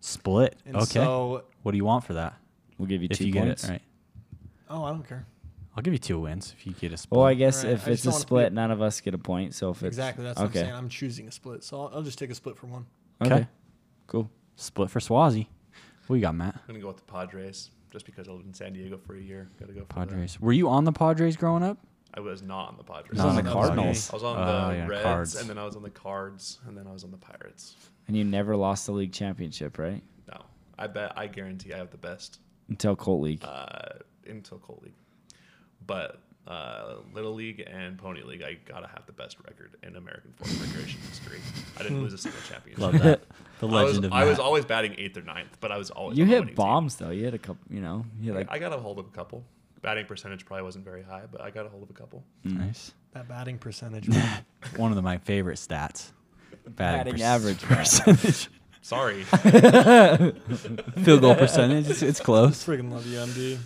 A: Split.
C: And
A: okay.
C: so,
A: what do you want for that?
B: We'll give you
A: If
B: two
A: you
B: points.
A: get it right,
C: oh, I don't care.
A: I'll give you two wins if you get a split.
B: Well, I guess
C: Alright,
B: if
C: I just
B: it's a
C: don't wanna be-
B: split, none of us get a point. So if it's
C: Exactly. That's what I'm saying. I'm choosing a split. So I'll, I'll just take a split for one.
B: okay,
A: Okay.
B: cool.
A: split for Swazi. What you got, Matt?
D: I'm going to go with the Padres just because I lived in San Diego for a year. Got to go for the-
A: Padres. Were you on the Padres growing up?
D: I was not on the Padres.
A: No,
D: I was
A: on
D: on
A: the
D: the
A: Cardinals.
D: I was on
A: Oh,
D: the
A: yeah,
D: Reds,
A: Cards.
D: and then I was on the Cards, and then I was on the Pirates.
B: And you never lost the league championship, right?
D: No, I bet I guarantee I have the best
B: Until Colt League.
D: uh, until Colt League, but uh, Little League and Pony League, I gotta have the best record in American
A: *laughs*
D: football recreation history. I didn't lose a single championship.
A: Hmm. Love
D: *laughs*
A: that. The
D: I was,
A: legend of
D: I was
A: Matt.
D: always batting eighth or ninth, but I was always
B: you
D: on the
B: hit
D: Oh, winning team.
B: bombs though. You hit a couple. You know, you hit like
D: I got a hold of a couple. Batting percentage probably wasn't very high, but I got a hold of a couple.
B: mm.
A: nice.
C: That batting
B: *laughs*
C: percentage. man.
A: One of the, my favorite stats.
B: batting
A: perc-
B: average.
A: *laughs*
B: Matt.
A: percentage. *laughs*
D: Sorry,
A: Field goal percentage. It's, it's close.
C: Friggin' love you, MD.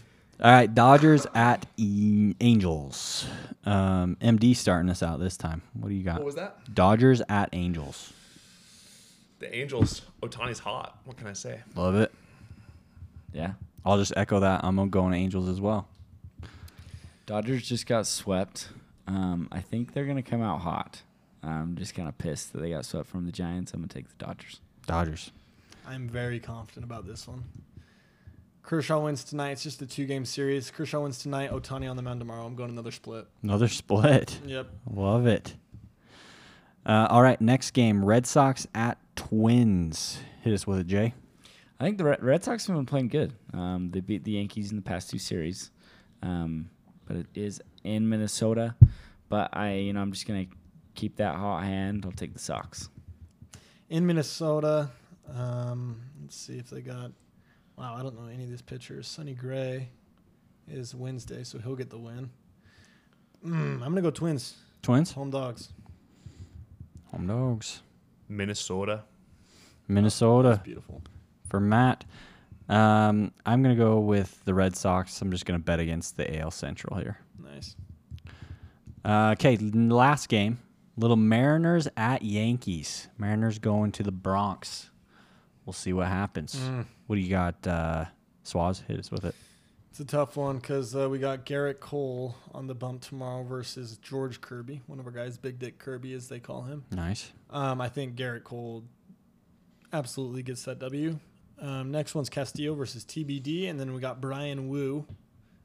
A: All right, Dodgers at E- Angels. Um, MD starting us out this time. What do you got?
D: what was that?
A: Dodgers at Angels.
D: The Angels. Otani's hot. What can I say?
A: Love it.
B: *laughs* Yeah.
A: I'll just echo that. I'm going Angels as well.
B: Dodgers just got swept. Um, I think they're gonna come out hot. I'm just kind of pissed that they got swept from the Giants. I'm gonna take the Dodgers.
A: Dodgers.
C: I'm very confident about this one. Kershaw wins tonight. It's just a two game series. Kershaw wins tonight. Otani on the mound tomorrow. I'm going another split.
A: Another *laughs* split.
C: Yep.
A: Love it. Uh, all right, next game Red Sox at Twins. Hit us with it, Jay.
B: I think the Red, Red Sox have been playing good. Um, they beat the Yankees in the past two series, um, but it is in Minnesota. But I, you know, I'm just gonna keep that hot hand. I'll take the Sox.
C: In Minnesota, um, let's see if they got. Wow, I don't know any of these pitchers. Sonny Gray is Wednesday, so he'll get the win. Mm, I'm going to go Twins.
A: Twins?
C: Home dogs.
A: Home dogs.
D: Minnesota.
A: Minnesota
C: That's beautiful.
A: for Matt. Um, I'm going to go with the Red Sox. I'm just going to bet against the AL Central here.
C: Nice.
A: Uh, okay, last game. Little Mariners at Yankees. Mariners going to the Bronx. We'll see what happens.
C: Mm.
A: What do you got, uh, Swaz? Hit us with it.
C: It's a tough one because uh, we got Garrett Cole on the bump tomorrow versus George Kirby, one of our guys, Big Dick Kirby, as they call him.
A: Nice.
C: Um, I think Garrett Cole absolutely gets that W. Um, next one's Castillo versus TBD, and then we got Brian Wu,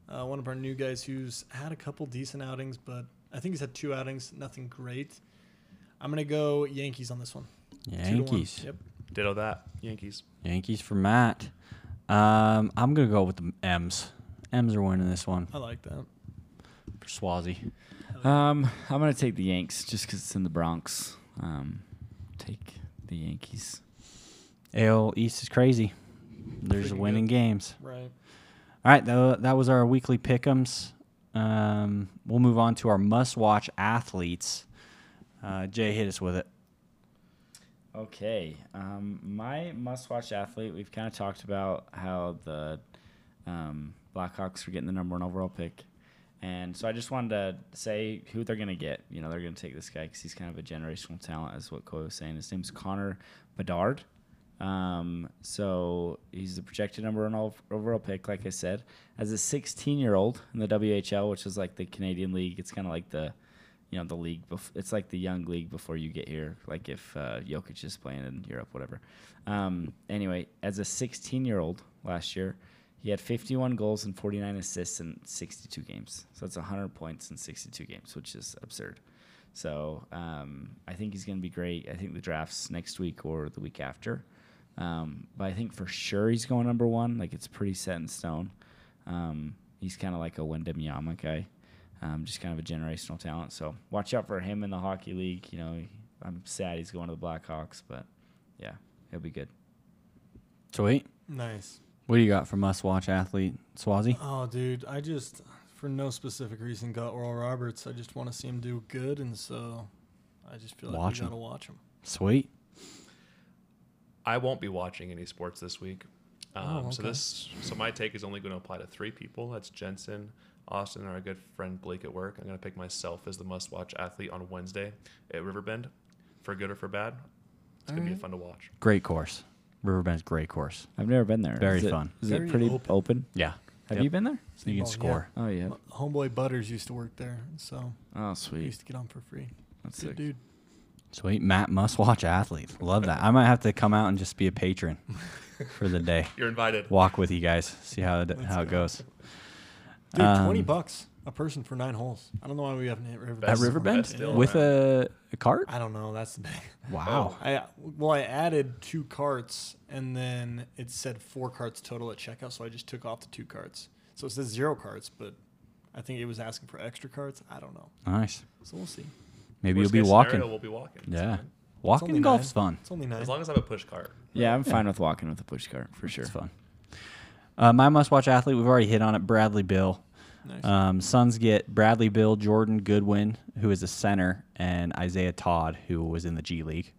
C: uh, one of our new guys who's had a couple decent outings, but I think he's had two outings, nothing great. I'm gonna go Yankees on this one. Two to one.
A: Yankees.
C: Yep.
D: Ditto that. Yankees.
A: Yankees for Matt. Um, I'm going to go with the M's. M's are winning this one
C: I like that.
A: for Swazi.
B: Um, I'm gonna take the Yanks just because it's in the Bronx. Um, take the Yankees.
A: AL East is crazy. There's
C: Freaking
A: winning
C: good.
A: games.
C: Right.
A: All right, tho- that was our weekly pick'ems. Um, we'll move on to our must-watch athletes. Uh, Jay, hit us with it.
B: Okay. Um, my must-watch athlete. We've kind of talked about how the um, Blackhawks were getting the number one overall pick, and so I just wanted to say who they're gonna get. You know, they're gonna take this guy because he's kind of a generational talent, as what Koi was saying. His name's Connor Bedard. Um, so he's the projected number one ov- overall pick, like I said, as a 16 year old in the WHL, which is like the Canadian League. It's kind of like the, you know, the league. Bef- it's like the young league before you get here. Like if uh, Jokic is playing in Europe, whatever. Um, anyway, as a 16 year old last year, he had 51 goals and 49 assists in 62 games. So that's 100 points in 62 games, which is absurd. So um, I think he's going to be great. I think the draft's next week or the week after. Um, but I think for sure he's going number one. Like it's pretty set in stone. Um, he's kind of like a Wyndham Yama guy, um, just kind of a generational talent. So watch out for him in the hockey league. You know, I'm sad he's going to the Blackhawks, but yeah, he'll be good.
A: Sweet.
C: Nice.
A: What do you got for must-watch athlete, Swazi?
C: Oh, dude, I just for no specific reason got Oral Roberts. I just want to see him do good, and so I just feel like
A: Watch
C: we
A: him.
C: gotta watch him.
A: Sweet.
D: I won't be watching any sports this week. Um,
C: Oh,
D: So
C: okay.
D: this, so my take is only going to apply to three people. That's Jensen, Austin, and our good friend Blake at work. I'm going to pick myself as the must-watch athlete on Wednesday at Riverbend, for good or for bad. It's going to be fun to watch.
A: Great course. Riverbend's great course.
B: I've never been there.
A: Very
B: Is it-
A: fun.
B: Is
C: Very
B: it pretty
C: open.
B: open?
A: Yeah.
B: Have
A: Yep.
B: you been there?
A: You can
C: Oh, yeah.
A: score.
B: Oh yeah.
C: My homeboy Butters used to work there, and so
B: Oh
C: I
B: sweet.
C: used to get on for free.
B: That's
C: Good
B: sick.
C: dude.
A: Sweet. Matt must-watch athlete. Love that. I might have to come out and just be a patron
D: *laughs*
A: for the day.
D: You're invited.
A: Walk with you guys. See how it, how it
C: go.
A: goes.
C: Dude, twenty
A: Um,
C: bucks a person for nine holes. I don't know why we haven't hit Riverbend.
A: At
D: Best-
A: Riverbend
D: best deal,
A: with
D: man. Oh.
A: a, a cart.
C: I don't know. That's the thing.
A: Wow.
C: *laughs* I well, I added two carts, and then it said four carts total at checkout, so I just took off the two carts. So it says zero carts, but I think it was asking for extra carts. I don't know.
A: Nice.
C: So we'll see.
A: Maybe
D: Worst
A: you'll be
D: case
A: walking.
D: scenario, we'll be walking. It's
A: yeah.
D: fine.
C: It's only
A: Walking golf's
C: nine.
A: fun.
C: It's only nine.
D: As long as I have a push cart.
B: Yeah, I'm fine with walking with a push cart for sure.
A: It's fun. Uh, my must-watch athlete. We've already hit on it. Bradley Bill.
C: Nice.
A: Um, Suns get Bradley Bill, Jordan Goodwin, who is a center, and Isaiah Todd, who was in the G League.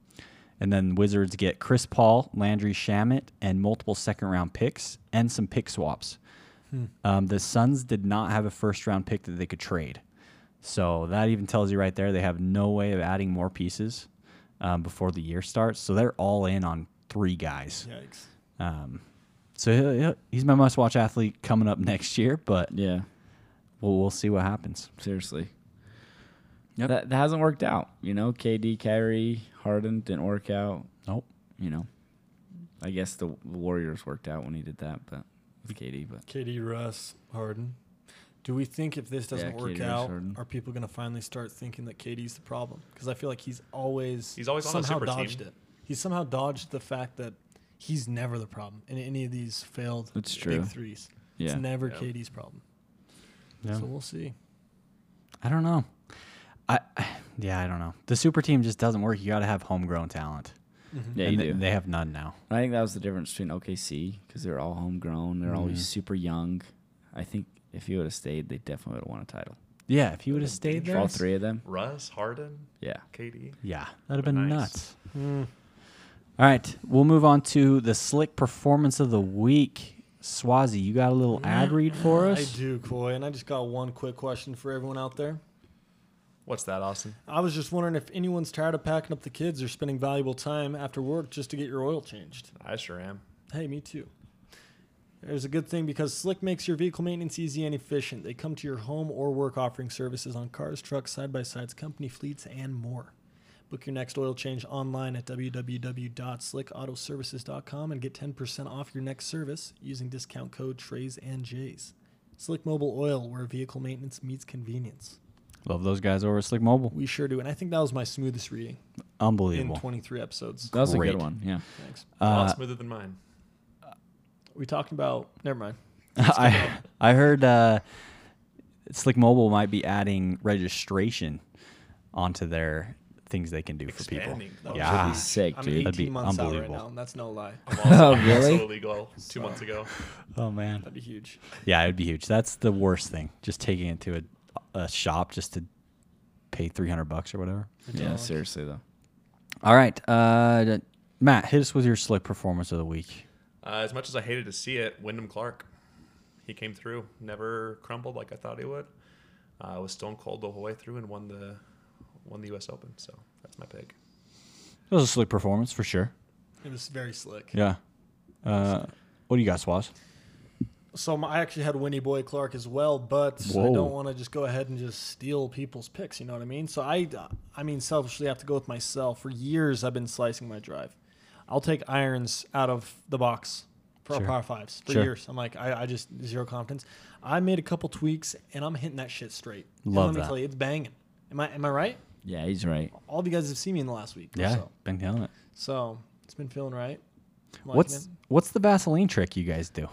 A: And then Wizards get Chris Paul, Landry Shamit, and multiple second round picks and some pick swaps. Um, the Suns did not have a first round pick that they could trade. So that even tells you right there they have no way of adding more pieces um, before the year starts. So they're all in on three guys.
C: Yikes.
A: Um, so he'll- he'll- he's my must watch athlete coming up *laughs* next year, but
B: Yeah.
A: we'll, we'll see what happens.
B: Seriously.
A: Yep.
B: That, that hasn't worked out. You know, KD, Kyrie, Harden didn't work out.
A: Nope.
B: You know, I guess the Warriors worked out when he did that, but with KD, but
C: KD, Russ, Harden. Do we think if this doesn't
B: Yeah,
C: work
B: KD, Russ,
C: out,
B: Harden.
C: are people going to finally start thinking that KD's the problem? Because I feel like he's always
D: He's always on a
C: somehow
D: super team.
C: dodged it. He's somehow dodged the fact that he's never the problem in any of these failed
B: That's true.
C: big threes.
B: yeah.
C: It's never
D: Yeah.
C: KD's problem.
A: Yeah.
C: So we'll see.
A: I don't know. I *sighs* yeah, I don't know. The super team just doesn't work. You got to have homegrown talent.
B: yeah,
A: and
B: you
A: they,
B: do.
A: they have none now.
B: I think that was the difference between OKC because they're all homegrown. They're always super young. I think if he would have stayed, they definitely would have won a title.
A: Yeah, if you would have stayed there.
B: All three of them.
D: Russ, Harden,
B: Yeah.
D: KD.
C: Mm-hmm.
A: Yeah, that'd have been
D: Nice.
A: nuts. All right, we'll move on to the slick performance of the week. Swazi, you got a little ad read for
C: I
A: us?
C: do, Coy, and I just got one quick question for everyone out there.
D: What's that, Austin?
C: I was just wondering if anyone's tired of packing up the kids or spending valuable time after work just to get your oil changed.
D: I sure am.
C: Hey, me too. There's a good thing because Slick makes your vehicle maintenance easy and efficient. They come to your home or work offering services on cars, trucks, side by sides, company fleets, and more. Book your next oil change online at www.slickautoservices.com and get 10% off your next service using discount code TRAYS and JAYS. Slick Mobile Oil, where vehicle maintenance meets convenience.
A: Love those guys over at Slick Mobile.
C: We sure do. And I think that was my smoothest reading in
A: Unbelievable.
C: 23 episodes.
B: That was a
A: Great.
B: good one. Yeah.
C: Thanks.
D: a
A: Uh,
D: lot smoother than mine.
C: We talked about, never mind.
A: *laughs* I I heard uh, Slick Mobile might be adding registration onto their things they can do for people.
D: Expanding.
A: Yeah,
B: Be sick,
C: I'm
B: dude.
A: That'd be
C: 18 months out right
A: unbelievable.
C: now, and that's
A: *laughs*
C: no lie.
D: I'm also-
B: Oh,
D: I'm
B: really?
D: also illegal two months ago.
A: Oh man.
C: That'd be huge.
A: Yeah, it'd be huge. That's the worst thing. Just taking it to a, a shop just to pay three hundred bucks or whatever.
B: Yeah, seriously though.
A: All right, uh, d- Matt, hit us with your slick performance of the week.
D: Uh, as much as I hated to see it, Wyndham Clark, he came through. Never crumbled like I thought he would. Uh, was stone cold the whole way through and won the won the U.S. Open. So that's my pick.
A: It was a slick performance for sure.
C: It was very slick.
A: Yeah. Uh, what do you got, Swaz?
C: So my, I actually had Winnie Boy Clark as well, but
A: Whoa.
C: I don't want to just go ahead and just steal people's picks. You know what I mean? So I, I mean, selfishly, I have to go with myself. For years, I've been slicing my drive. I'll take irons out of the box for our
A: Sure.
C: power fives for
A: Sure.
C: years. I'm like, I, I just zero confidence. I made a couple tweaks, and I'm hitting that shit straight. And
A: Love
C: let me
A: that.
C: tell you, it's banging. Am I am I right?
B: Yeah, he's right.
C: All of you guys have seen me in the last week. Or so.
A: been killing it.
C: so it's been feeling right. Liking it.
A: What's what's the Vaseline trick you guys *laughs* do?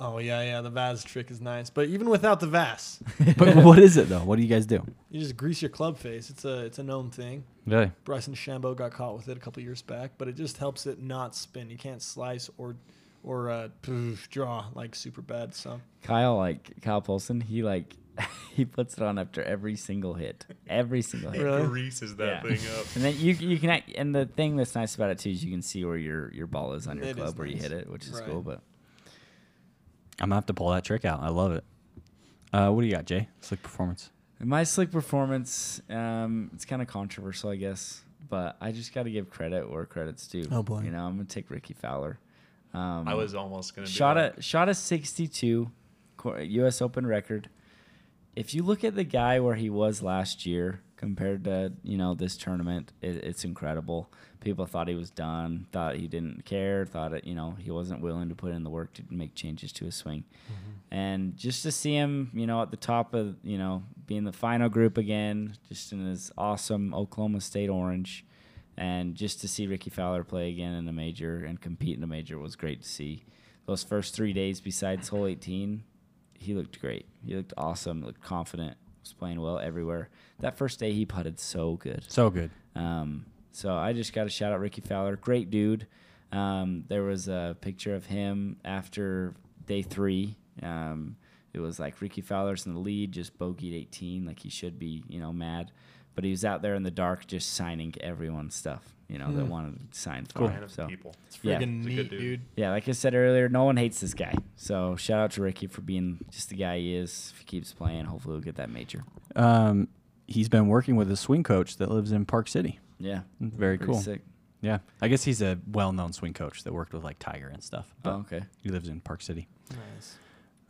C: Oh yeah, yeah. The Vaz trick is nice, but even without the Vaz, *laughs*
A: But what is it though? What do you guys do?
C: you just grease your club face. It's a it's a known thing.
A: Really?
C: Bryson Shambo got caught with it a couple years back, but it just helps it not spin. You can't slice or or uh, poof, draw like super bad. So
B: Kyle, like Kyle Polson, he like *laughs* he puts it on after every single hit, every single hit.
C: Really?
D: Greases that
B: Yeah.
D: thing up.
B: *laughs* And then you you can act, and the thing that's nice about it too is you can see where your your ball is on your
C: It is
B: club where you
C: nice.
B: hit it, which is
C: Right.
B: cool. But
A: I'm gonna have to pull that trick out. I love it. Uh, what do you got, Jay? Slick performance.
B: And my slick performance, um, it's kind of controversial, I guess, but I just got to give credit where credit's due.
C: Oh, boy.
B: You know, I'm gonna take Ricky Fowler. Um,
D: I was almost gonna
B: shot
D: do
B: a
D: that.
B: shot a 62 cor- U.S. Open record. If you look at the guy where he was last year compared to you know this tournament, it, it's incredible. People thought he was done, thought he didn't care, thought it, you know he wasn't willing to put in the work to make changes to his swing, and just to see him you know at the top of you know being the final group again, just in his awesome Oklahoma State orange. And just to see Ricky Fowler play again in a major and compete in a major was great to see. Those first three days besides hole 18, he looked great. He looked awesome, looked confident, was playing well everywhere. That first day he putted so good.
A: So good.
B: Um, so I just got to shout out Ricky Fowler, great dude. Um, there was a picture of him after day three. Um, it was like Ricky Fowler's in the lead, just bogeyed 18, like he should be, you know, mad. But he was out there in the dark, just signing everyone's stuff, you know,
A: Hmm.
B: that wanted to sign for
D: Man
B: him.
D: of
B: So
D: people.
C: it's
B: Yeah.
C: friggin'
D: He's a
C: neat,
D: good
C: dude.
D: dude.
B: yeah, like I said earlier, no one hates this guy. So shout out to Ricky for being just the guy he is. If he keeps playing, hopefully we'll get that major.
A: Um, he's been working with a swing coach that lives in Park City.
B: Yeah,
A: Very
B: pretty
A: cool.
B: sick.
A: Yeah, I guess he's a well-known swing coach that worked with like Tiger and stuff.
B: Oh, okay.
A: He lives in Park City.
C: Nice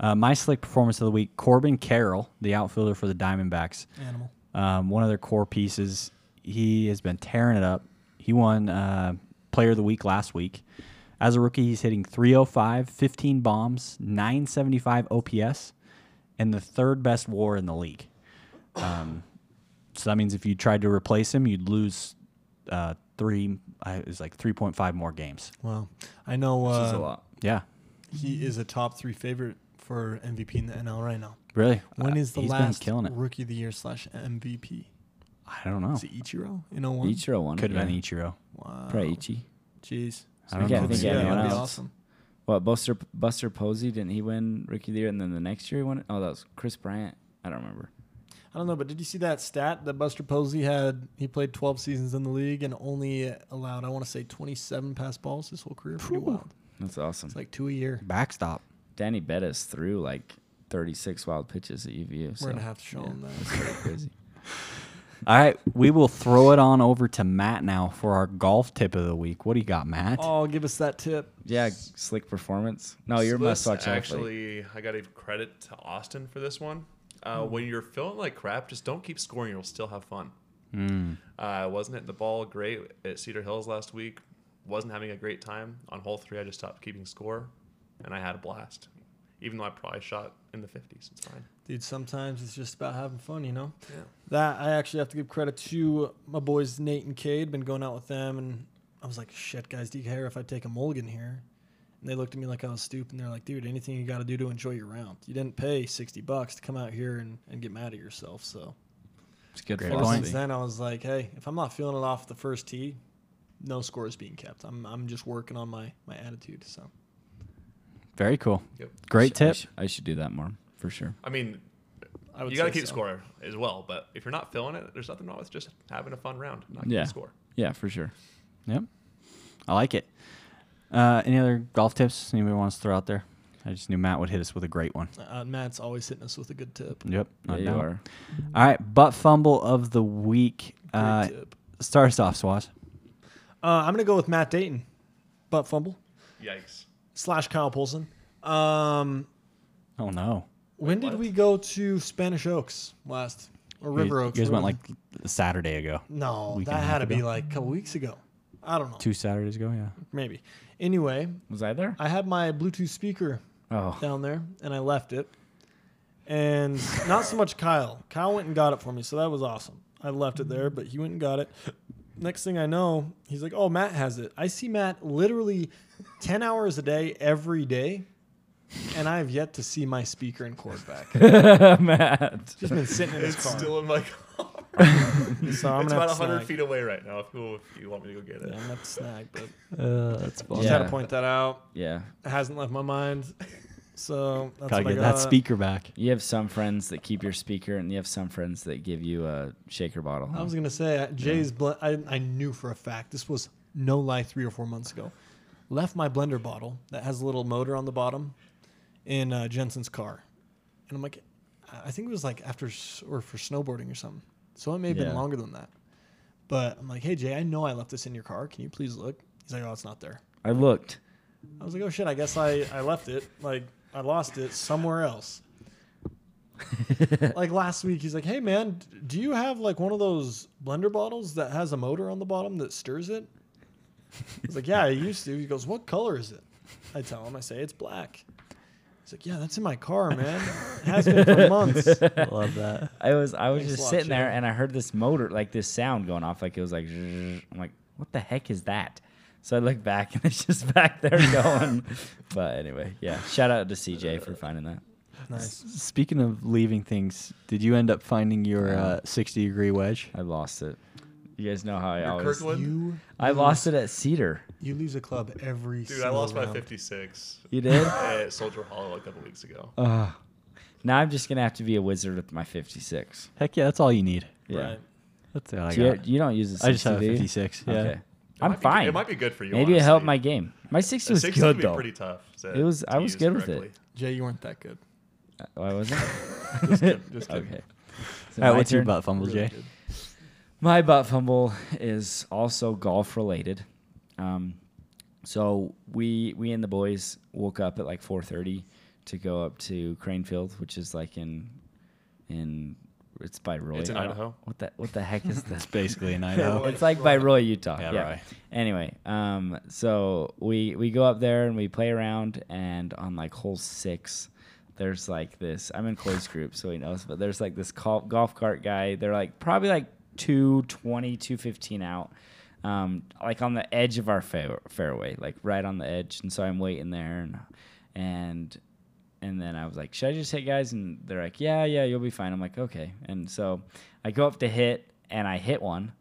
A: Uh, my slick performance of the week: Corbin Carroll, the outfielder for the Diamondbacks,
C: animal.
A: um, one of their core pieces. He has been tearing it up. He won uh, Player of the Week last week. As a rookie, he's hitting 305, 15 bombs, 975 OPS, and the third best WAR in the league. Um, so that means if you tried to replace him, you'd lose uh, three. I it was like 3.5 more games.
C: Wow, I know
B: Which is a
C: uh,
B: lot.
A: Yeah,
C: he is a top three favorite for MVP in the NL right now.
A: really.
C: When
A: Uh,
C: is the
A: he's
C: last
A: been killing it? Oh.
C: rookie of the year slash MVP?
A: I don't know.
C: Is it Ichiro in 01?
B: Ichiro won. it,
A: Could have
B: yeah.
A: been Ichiro.
C: Wow.
B: Probably Ichi.
C: Jeez.
A: I don't
B: Yeah,
A: know.
B: I think
A: Yeah,
B: anyone
C: that'd be
B: else.
C: awesome.
B: Well, Buster Buster Posey didn't he win Rookie of the Year, and then the next year he won it? Oh, that was Chris Bryant. I don't remember.
C: I don't know, but did you see that stat that Buster Posey had? He played 12 seasons in the league and only allowed, I want to say, 27 pass balls his whole career. Pretty wild.
B: That's awesome.
C: It's like two a year.
A: Backstop.
B: Danny Bettis threw like 36 wild pitches at UVU. So
C: We're gonna have to show him
B: It's
C: that.
B: pretty crazy.
A: All right, we will throw it on over to Matt now for our golf tip of the week. What do you got, Matt?
C: Oh, give us that tip.
B: Yeah, slick performance. No, Oh, you're
D: So
B: must
D: this
B: watch athlete.
D: Actually, I got to give credit to Austin for this one. Uh,
B: Hmm.
D: When you're feeling like crap, just don't keep scoring. You'll still have fun.
B: Hmm.
D: Uh, wasn't it the ball great at Cedar Hills last week? Wasn't having a great time on hole three. I just stopped keeping score, and I had a blast. Even though I probably shot in the 50s, it's fine.
C: Dude, sometimes it's just about having fun, you know?
D: Yeah.
C: That I actually have to give credit to my boys Nate and Cade. Been going out with them, and I was like, "Shit, guys, do you care if I take a mulligan here?" And they looked at me like I was stupid. And they're like, "Dude, anything you got to do to enjoy your round. You didn't pay sixty bucks to come out here and, and get mad at yourself." So
B: It's good
A: Great
C: ever
A: point.
C: since then, I was like, "Hey, if I'm not feeling it off the first tee, no score is being kept. I'm I'm just working on my my attitude." So
A: Very cool.
D: Yep.
A: Great
B: I
A: tip.
B: sh- I should do that more for sure.
D: I mean,
C: I would
D: you got to
C: say
D: keep
C: so.
D: score as well. But if you're not feeling it, there's nothing wrong with just having a fun round, not
B: Yeah.
D: keeping score.
B: Yeah, for sure.
A: Yep. I like it. Uh, any other golf tips anybody wants to throw out there? I just knew Matt would hit us with a great one.
C: Uh, Matt's always hitting us with a good tip.
A: Yep.
B: Yeah,
A: not
B: you
A: down.
B: are.
A: All right, butt fumble of the week.
C: Great
A: Uh,
C: tip.
A: start us off, Swaz.
C: Uh, I'm gonna go with Matt Dayton, butt fumble
D: Yikes.
C: slash Kyle Polson. Um,
A: Oh no,
C: when did
D: what?
C: we go to Spanish Oaks last or
A: You-
C: River
A: you,
C: Oaks?
A: guys went like
C: whatever?
A: Saturday ago,
C: no,
A: week and
C: that
A: a
C: had
A: half
C: to be
A: ago.
C: like a couple weeks ago. I don't know,
A: two Saturdays ago. Yeah.
C: maybe. Anyway,
B: Was
C: *laughs*
B: I there? *laughs*
C: I had my Bluetooth speaker
B: Oh,
C: down there and I left it, and *laughs* not so much Kyle. Kyle went and got it for me, so that was awesome. I left it there, but he went and got it. Next thing I know, he's like, "Oh, Matt has it." I see Matt literally ten hours a day every day, and I have yet to see my speaker and cord back.
B: Matt.
C: Just been sitting in his
D: It's
C: car.
D: still in my car.
C: so I'm
D: it's
C: gonna
D: about
C: have to
D: 100
C: snag.
D: feet away right now if you, if you want me to go get it.
C: Yeah, I'm gonna have to snag, but
A: Uh, that's
C: just
B: Yeah.
C: had to point that out.
B: Yeah.
C: It hasn't left my mind. So that's
A: Gotta
C: what I
A: get
C: got.
A: that speaker back.
B: You have some friends that keep your speaker, and you have some friends that give you a shaker bottle.
C: I
B: huh?
C: was gonna say uh, Jay's. Bl- I I knew for a fact this was no lie three or four months ago. Left my blender bottle that has a little motor on the bottom in uh, Jensen's car, and I'm like, I I think it was like after s- or for snowboarding or something. So it may have
B: Yeah.
C: been longer than that. But I'm like, hey Jay, I know I left this in your car. Can you please look? He's like, oh, it's not there.
B: I looked.
C: I was like, oh shit, I guess I, I left it. Like, I lost it somewhere else. like last week, he's like, hey man, d- do you have like one of those blender bottles that has a motor on the bottom that stirs it? I was like, yeah, I used to. He goes, what color is it? I tell him, I say, it's black. He's like, yeah, that's in my car, man. It has been for
B: *laughs*
C: months.
A: Love that.
B: I was I was
C: Thanks a
B: just
C: lot,
B: sitting there
C: Jay.
B: and I heard this motor like this sound going off like it was like zzzz. I'm like what the heck is that? So I look back and *laughs* it's just
A: *laughs*
B: back there going. but anyway, yeah. Shout out to CJ for finding that.
C: Nice.
A: Speaking of leaving things, did you end up finding your uh, 60 degree wedge?
B: I lost it. You guys know how I
D: Your
B: always
D: Kirkwood? Mm-hmm.
C: You
B: I lost it at Cedar.
C: You lose a club every
D: Dude, I lost my
C: round.
D: 56
B: You did?
D: *laughs*
B: Uh,
D: at Soldier Hollow a couple weeks ago.
B: Ugh. now I'm just gonna have to be a wizard with my 56.
A: Heck yeah, that's all you need.
B: Yeah.
C: Right.
A: That's all I
B: Do you,
A: got.
B: you don't use a
A: I just have a
B: 60, do you?
A: 56, yeah. It
D: It
B: I'm
D: might be-
B: fine.
D: it might be good for you.
B: Maybe it helped my
D: honestly.
B: game. My 60
D: A
B: was
D: 60
B: good
D: would be
B: though.
D: pretty tough. to-
B: It was-
D: to
B: I was
D: use
B: good with
D: correctly.
B: it.
C: Jay, you weren't that
B: *laughs*
C: good.
B: Oh, I wasn't.
C: Just
B: *laughs*
C: kidding. Just kidding.
B: Okay. Is it
A: all right,
B: my
A: what's Oh, your
B: turn?
A: butt fumble,
B: *laughs*
A: Jay?
C: Really good.
B: My butt fumble is also golf related. Um, so we we and the boys woke up at like 4:30 to go up to Cranefield, which is like in in it's by Roy.
D: It's in
B: I don't-
D: Idaho.
B: What the what the heck is
A: That's
B: that?
A: basically an Idaho.
B: It's like by Roy, Utah.
A: Yeah,
B: Yeah.
A: Roy.
B: Anyway, um, so we we go up there and we play around, and on like hole six, there's like this. I'm in Corey's group, so he knows. But there's like this golf, golf cart guy. They're like probably like 220, 215 out, um, like on the edge of our fair, fairway, like right on the edge. And so I'm waiting there, and and and then I was like, should I just hit guys? And they're like, yeah, yeah, you'll be fine. I'm like, okay. And so I go up to hit and I hit one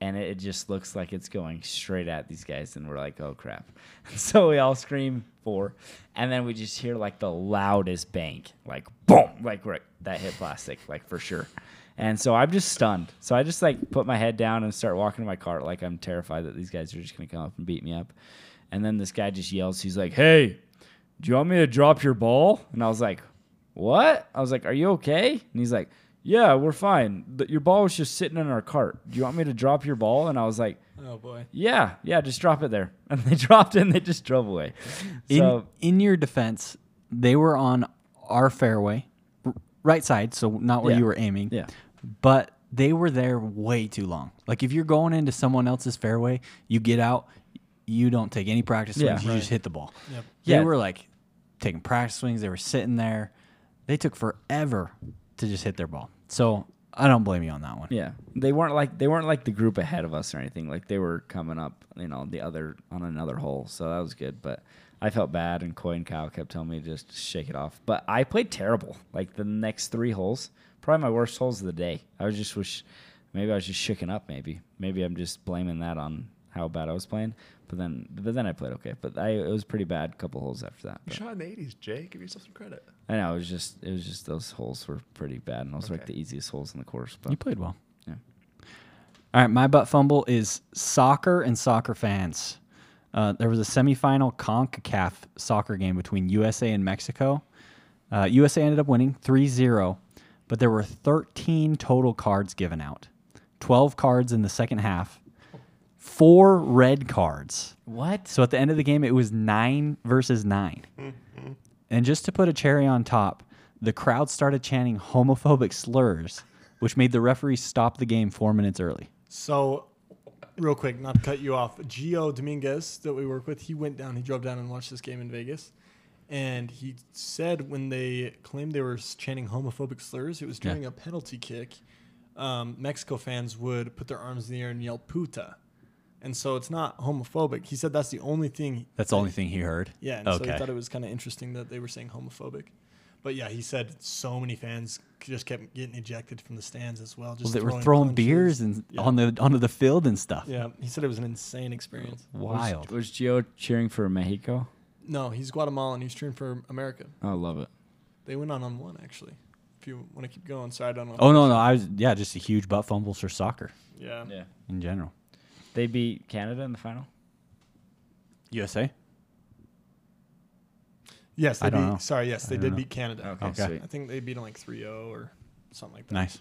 B: and it just looks like it's going straight at these guys. And we're like, oh crap. *laughs* So we all scream four. And then we just hear like the loudest bang, like boom, like we're, that hit plastic, like for sure. And so I'm just stunned. So I just like put my head down and start walking to my car like I'm terrified that these guys are just gonna come up and beat me up. And then this guy just yells, he's like, Hey, do you want me to drop your ball? And I was like, What? I was like, Are you okay? And he's like, Yeah, we're fine. Th- Your ball was just sitting in our cart. Do you want me to drop your ball? And I was like,
C: Oh boy.
B: Yeah, yeah, just drop it there. *laughs* And they dropped it and they just drove away.
A: In
B: so
A: in your defense, they were on our fairway, r- right side, so not where
B: Yeah.
A: you were aiming.
B: Yeah.
A: But they were there way too long. Like if you're going into someone else's fairway, you get out, you don't take any practice
B: Yeah.
A: swings, you just hit the ball.
C: Yep.
A: They
B: Yeah.
A: were like taking practice swings, they were sitting there. They took forever to just hit their ball. So I don't blame you on that one.
B: Yeah, they weren't like they weren't like the group ahead of us or anything. Like they were coming up, you know, the other on another hole, so that was good. But I felt bad, and Coy and Kyle kept telling me to just shake it off. But I played terrible. Like the next three holes, probably my worst holes of the day. I was just wish maybe I was just shooken up. Maybe maybe I'm just blaming that on how bad I was playing. But then but then I played okay. But I it was pretty bad. couple holes after that.
D: You
B: But
D: shot in the 80s, Jay. Give yourself some credit.
B: I know it was just it was just those holes were pretty bad, and those were like
D: Okay.
B: the easiest holes in the course.
A: You
B: But
A: played well.
B: yeah.
A: All right, my butt fumble is soccer and soccer fans. Uh, there was a semifinal CONCACAF soccer game between USA and Mexico. Uh, USA ended up winning 3 0, but there were 13 total cards given out 12 cards in the second half, four red cards.
B: What?
A: So at the end of the game, it was nine versus nine. And just to put a cherry on top, the crowd started chanting homophobic slurs, which made the referee stop the game four minutes early.
C: So, real quick, not to cut you off, Gio Dominguez that we work with, he went down, he drove down and watched this game in Vegas. And he said when they claimed they were chanting homophobic slurs, it was during a penalty kick. Um, Mexico fans would put their arms in the air and yell puta. And so it's not homophobic. He said that's the only thing.
A: That's the only thing he heard.
C: Yeah. And so
A: Okay.
C: he thought it was kind of interesting that they were saying homophobic. But yeah, he said so many fans just kept getting ejected from the stands as well. Just
A: well, they were throwing
C: throwing
A: beers
C: punches.
A: and
C: Yeah.
A: on the onto the field and stuff.
C: Yeah, he said it was an insane experience.
A: Wild.
B: Was Gio cheering for Mexico?
C: No, he's Guatemalan. He's cheering for America.
B: I love it.
C: They went on on one actually. If you want to keep going, sorry, I don't know.
A: Oh no, no, I was yeah, just a huge butt fumbles for soccer
C: Yeah.
A: in general.
B: They beat Canada in the final.
A: USA.
C: Yes, they
A: I don't
C: beat.
A: know.
C: Sorry, yes, they
A: don't
C: did
A: know.
C: beat Canada.
A: Okay.
C: I think they beat them like 3-0 or something like that.
A: Nice.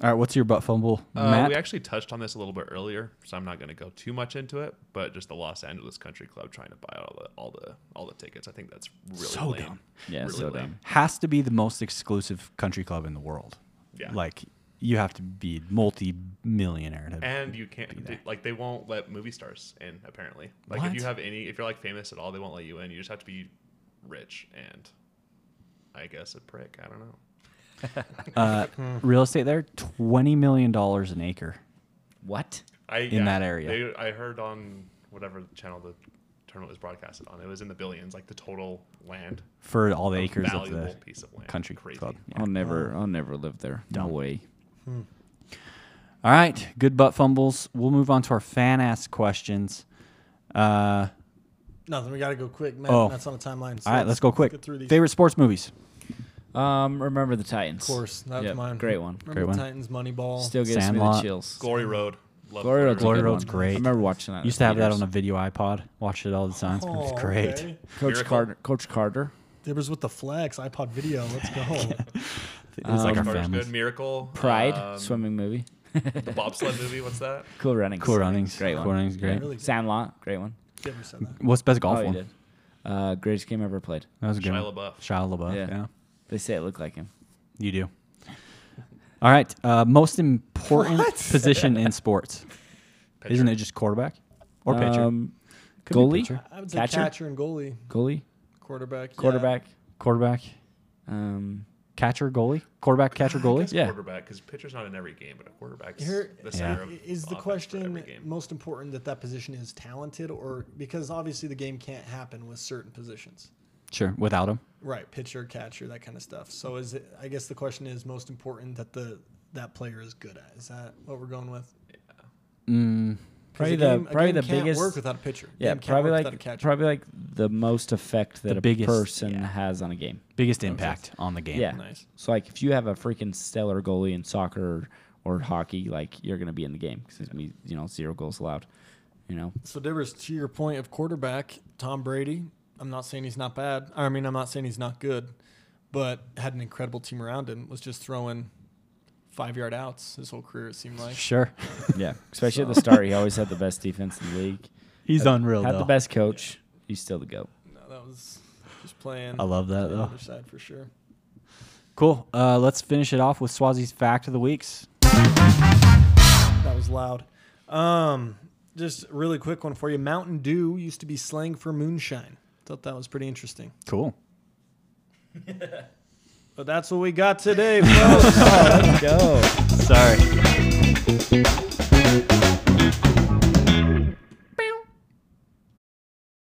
A: All right, what's your butt fumble,
D: Uh,
A: Matt?
D: we actually touched on this a little bit earlier, so I'm not going to go too much into it. But just the Los Angeles Country Club trying to buy all the all the all the tickets. I think that's really
A: So
D: lame.
A: dumb.
B: Yeah,
D: really
B: so
D: lame.
B: dumb.
A: Has to be the most exclusive country club in the world.
D: Yeah.
A: Like you have to be multi-millionaire to
D: And you can't
A: there.
D: like they won't let movie stars in apparently. Like
A: What?
D: if you have any, if you're like famous at all, they won't let you in. You just have to be rich and I guess a prick. I don't know.
A: uh, real estate there. Twenty million dollars an acre.
B: What?
D: I
A: In that area.
D: they- I heard on whatever channel the tournament was broadcasted on. It was in the billions, like the total land
A: for all the
D: A
A: acres of
D: valuable
A: the
D: piece of land.
A: country
D: Crazy.
A: club.
B: I'll never, I'll never live there. No
A: Dumb.
B: way.
A: All right, good butt fumbles. We'll move on to our fan ass questions. Uh,
C: Nothing. We got to go quick, man.
A: Oh.
C: That's on the timeline. so
A: all right, let's go quick.
C: Get through these.
A: Favorite sports movies?
B: Um, remember the Titans.
C: Of course, that's
B: Yep,
C: mine.
B: great one.
C: Remember
A: Great one.
C: Titans, Moneyball.
B: Still gives me the
A: Sandlot.
B: chills.
D: Glory Road. Love
B: Glory Road's, a
A: Glory
B: good
A: Road's
B: one.
A: great.
B: I remember watching that. in
A: Used to have that on a
B: theaters.
A: video iPod. Watched it all the time.
C: Oh,
A: It's great.
C: okay.
B: Coach
D: Miracle.
B: Carter. Coach Carter.
C: There was with the flex iPod video.
A: *laughs*
C: Let's go.
A: It's like
B: Um,
A: our
D: Road's
A: family.
D: good. Miracle.
B: Pride.
D: um,
B: swimming movie.
D: The bobsled movie. What's that?
B: cool runnings.
A: Cool Runnings.
B: Great one.
A: Cool Runnings, great.
C: Really good.
B: Sandlot. Great one.
C: Never said that.
A: What's best golf
B: oh,
A: one?
B: you did. Uh, greatest game ever played.
A: That was a *laughs* good.
D: Shia
A: one.
D: LaBeouf.
A: Shia LaBeouf.
B: Yeah.
A: Yeah.
B: They say it looked like him.
A: you do. All right, uh, most important
C: What?
A: position in
B: *laughs*
A: sports. Isn't it just quarterback or pitcher?
B: Um,
A: Could be
B: goalie.
A: pitcher.
C: I would say
B: Catcher?
C: catcher, and goalie,
B: Goalie.
C: quarterback, yeah.
B: Quarterback.
A: Quarterback,
B: Um,
A: catcher, goalie. Quarterback, catcher, goalie.
B: Yeah.
D: quarterback because pitcher's not in every game, but a quarterback's
C: Here
D: the center of
C: is the
D: offense for
C: question
D: every game.
C: most important that that position is talented or because obviously the game can't happen with certain positions.
A: Sure, without him.
C: Right, pitcher, catcher, that kind of stuff. So is it I guess the question is most important that the that player is good at. Is that what we're going with?
B: Probably
C: a
B: the-
C: game, a
B: probably
C: game
B: the
C: can't
B: biggest-
C: work without a pitcher.
B: Yeah,
C: Game can't
B: probably
C: work
B: like
C: without a catcher.
B: probably like the most effect that
A: The
B: a
A: biggest-
B: person
A: yeah.
B: has on a game.
A: Biggest impact on the game.
B: Yeah.
C: Nice.
B: So like if you have a freaking stellar goalie in soccer or, or hockey, like you're gonna be in the game because it's me, you know, zero goals allowed.
A: *laughs*
B: You know,
C: So, Divers, to your point of quarterback, Tom Brady, I'm not saying he's not bad. I mean, I'm not saying he's not good, but had an incredible team around him, was just throwing five yard outs his whole career, it seemed like.
A: Sure.
B: yeah. Especially at the start, he always had the best defense in the league.
A: He's
B: Had-
A: unreal,
B: Had
A: though.
B: the best coach. He's still the goat.
C: No, that was *laughs* just playing.
A: I love that,
C: playing the
A: though.
C: other side for sure.
A: Cool. Uh, let's finish it off with Swazi's fact of the weeks.
C: That was loud. Um, just a really quick one for you. Mountain Dew used to be slang for moonshine. Thought that was pretty interesting.
A: Cool. *laughs*
C: But that's what we got today, folks.
B: Go.
A: Sorry.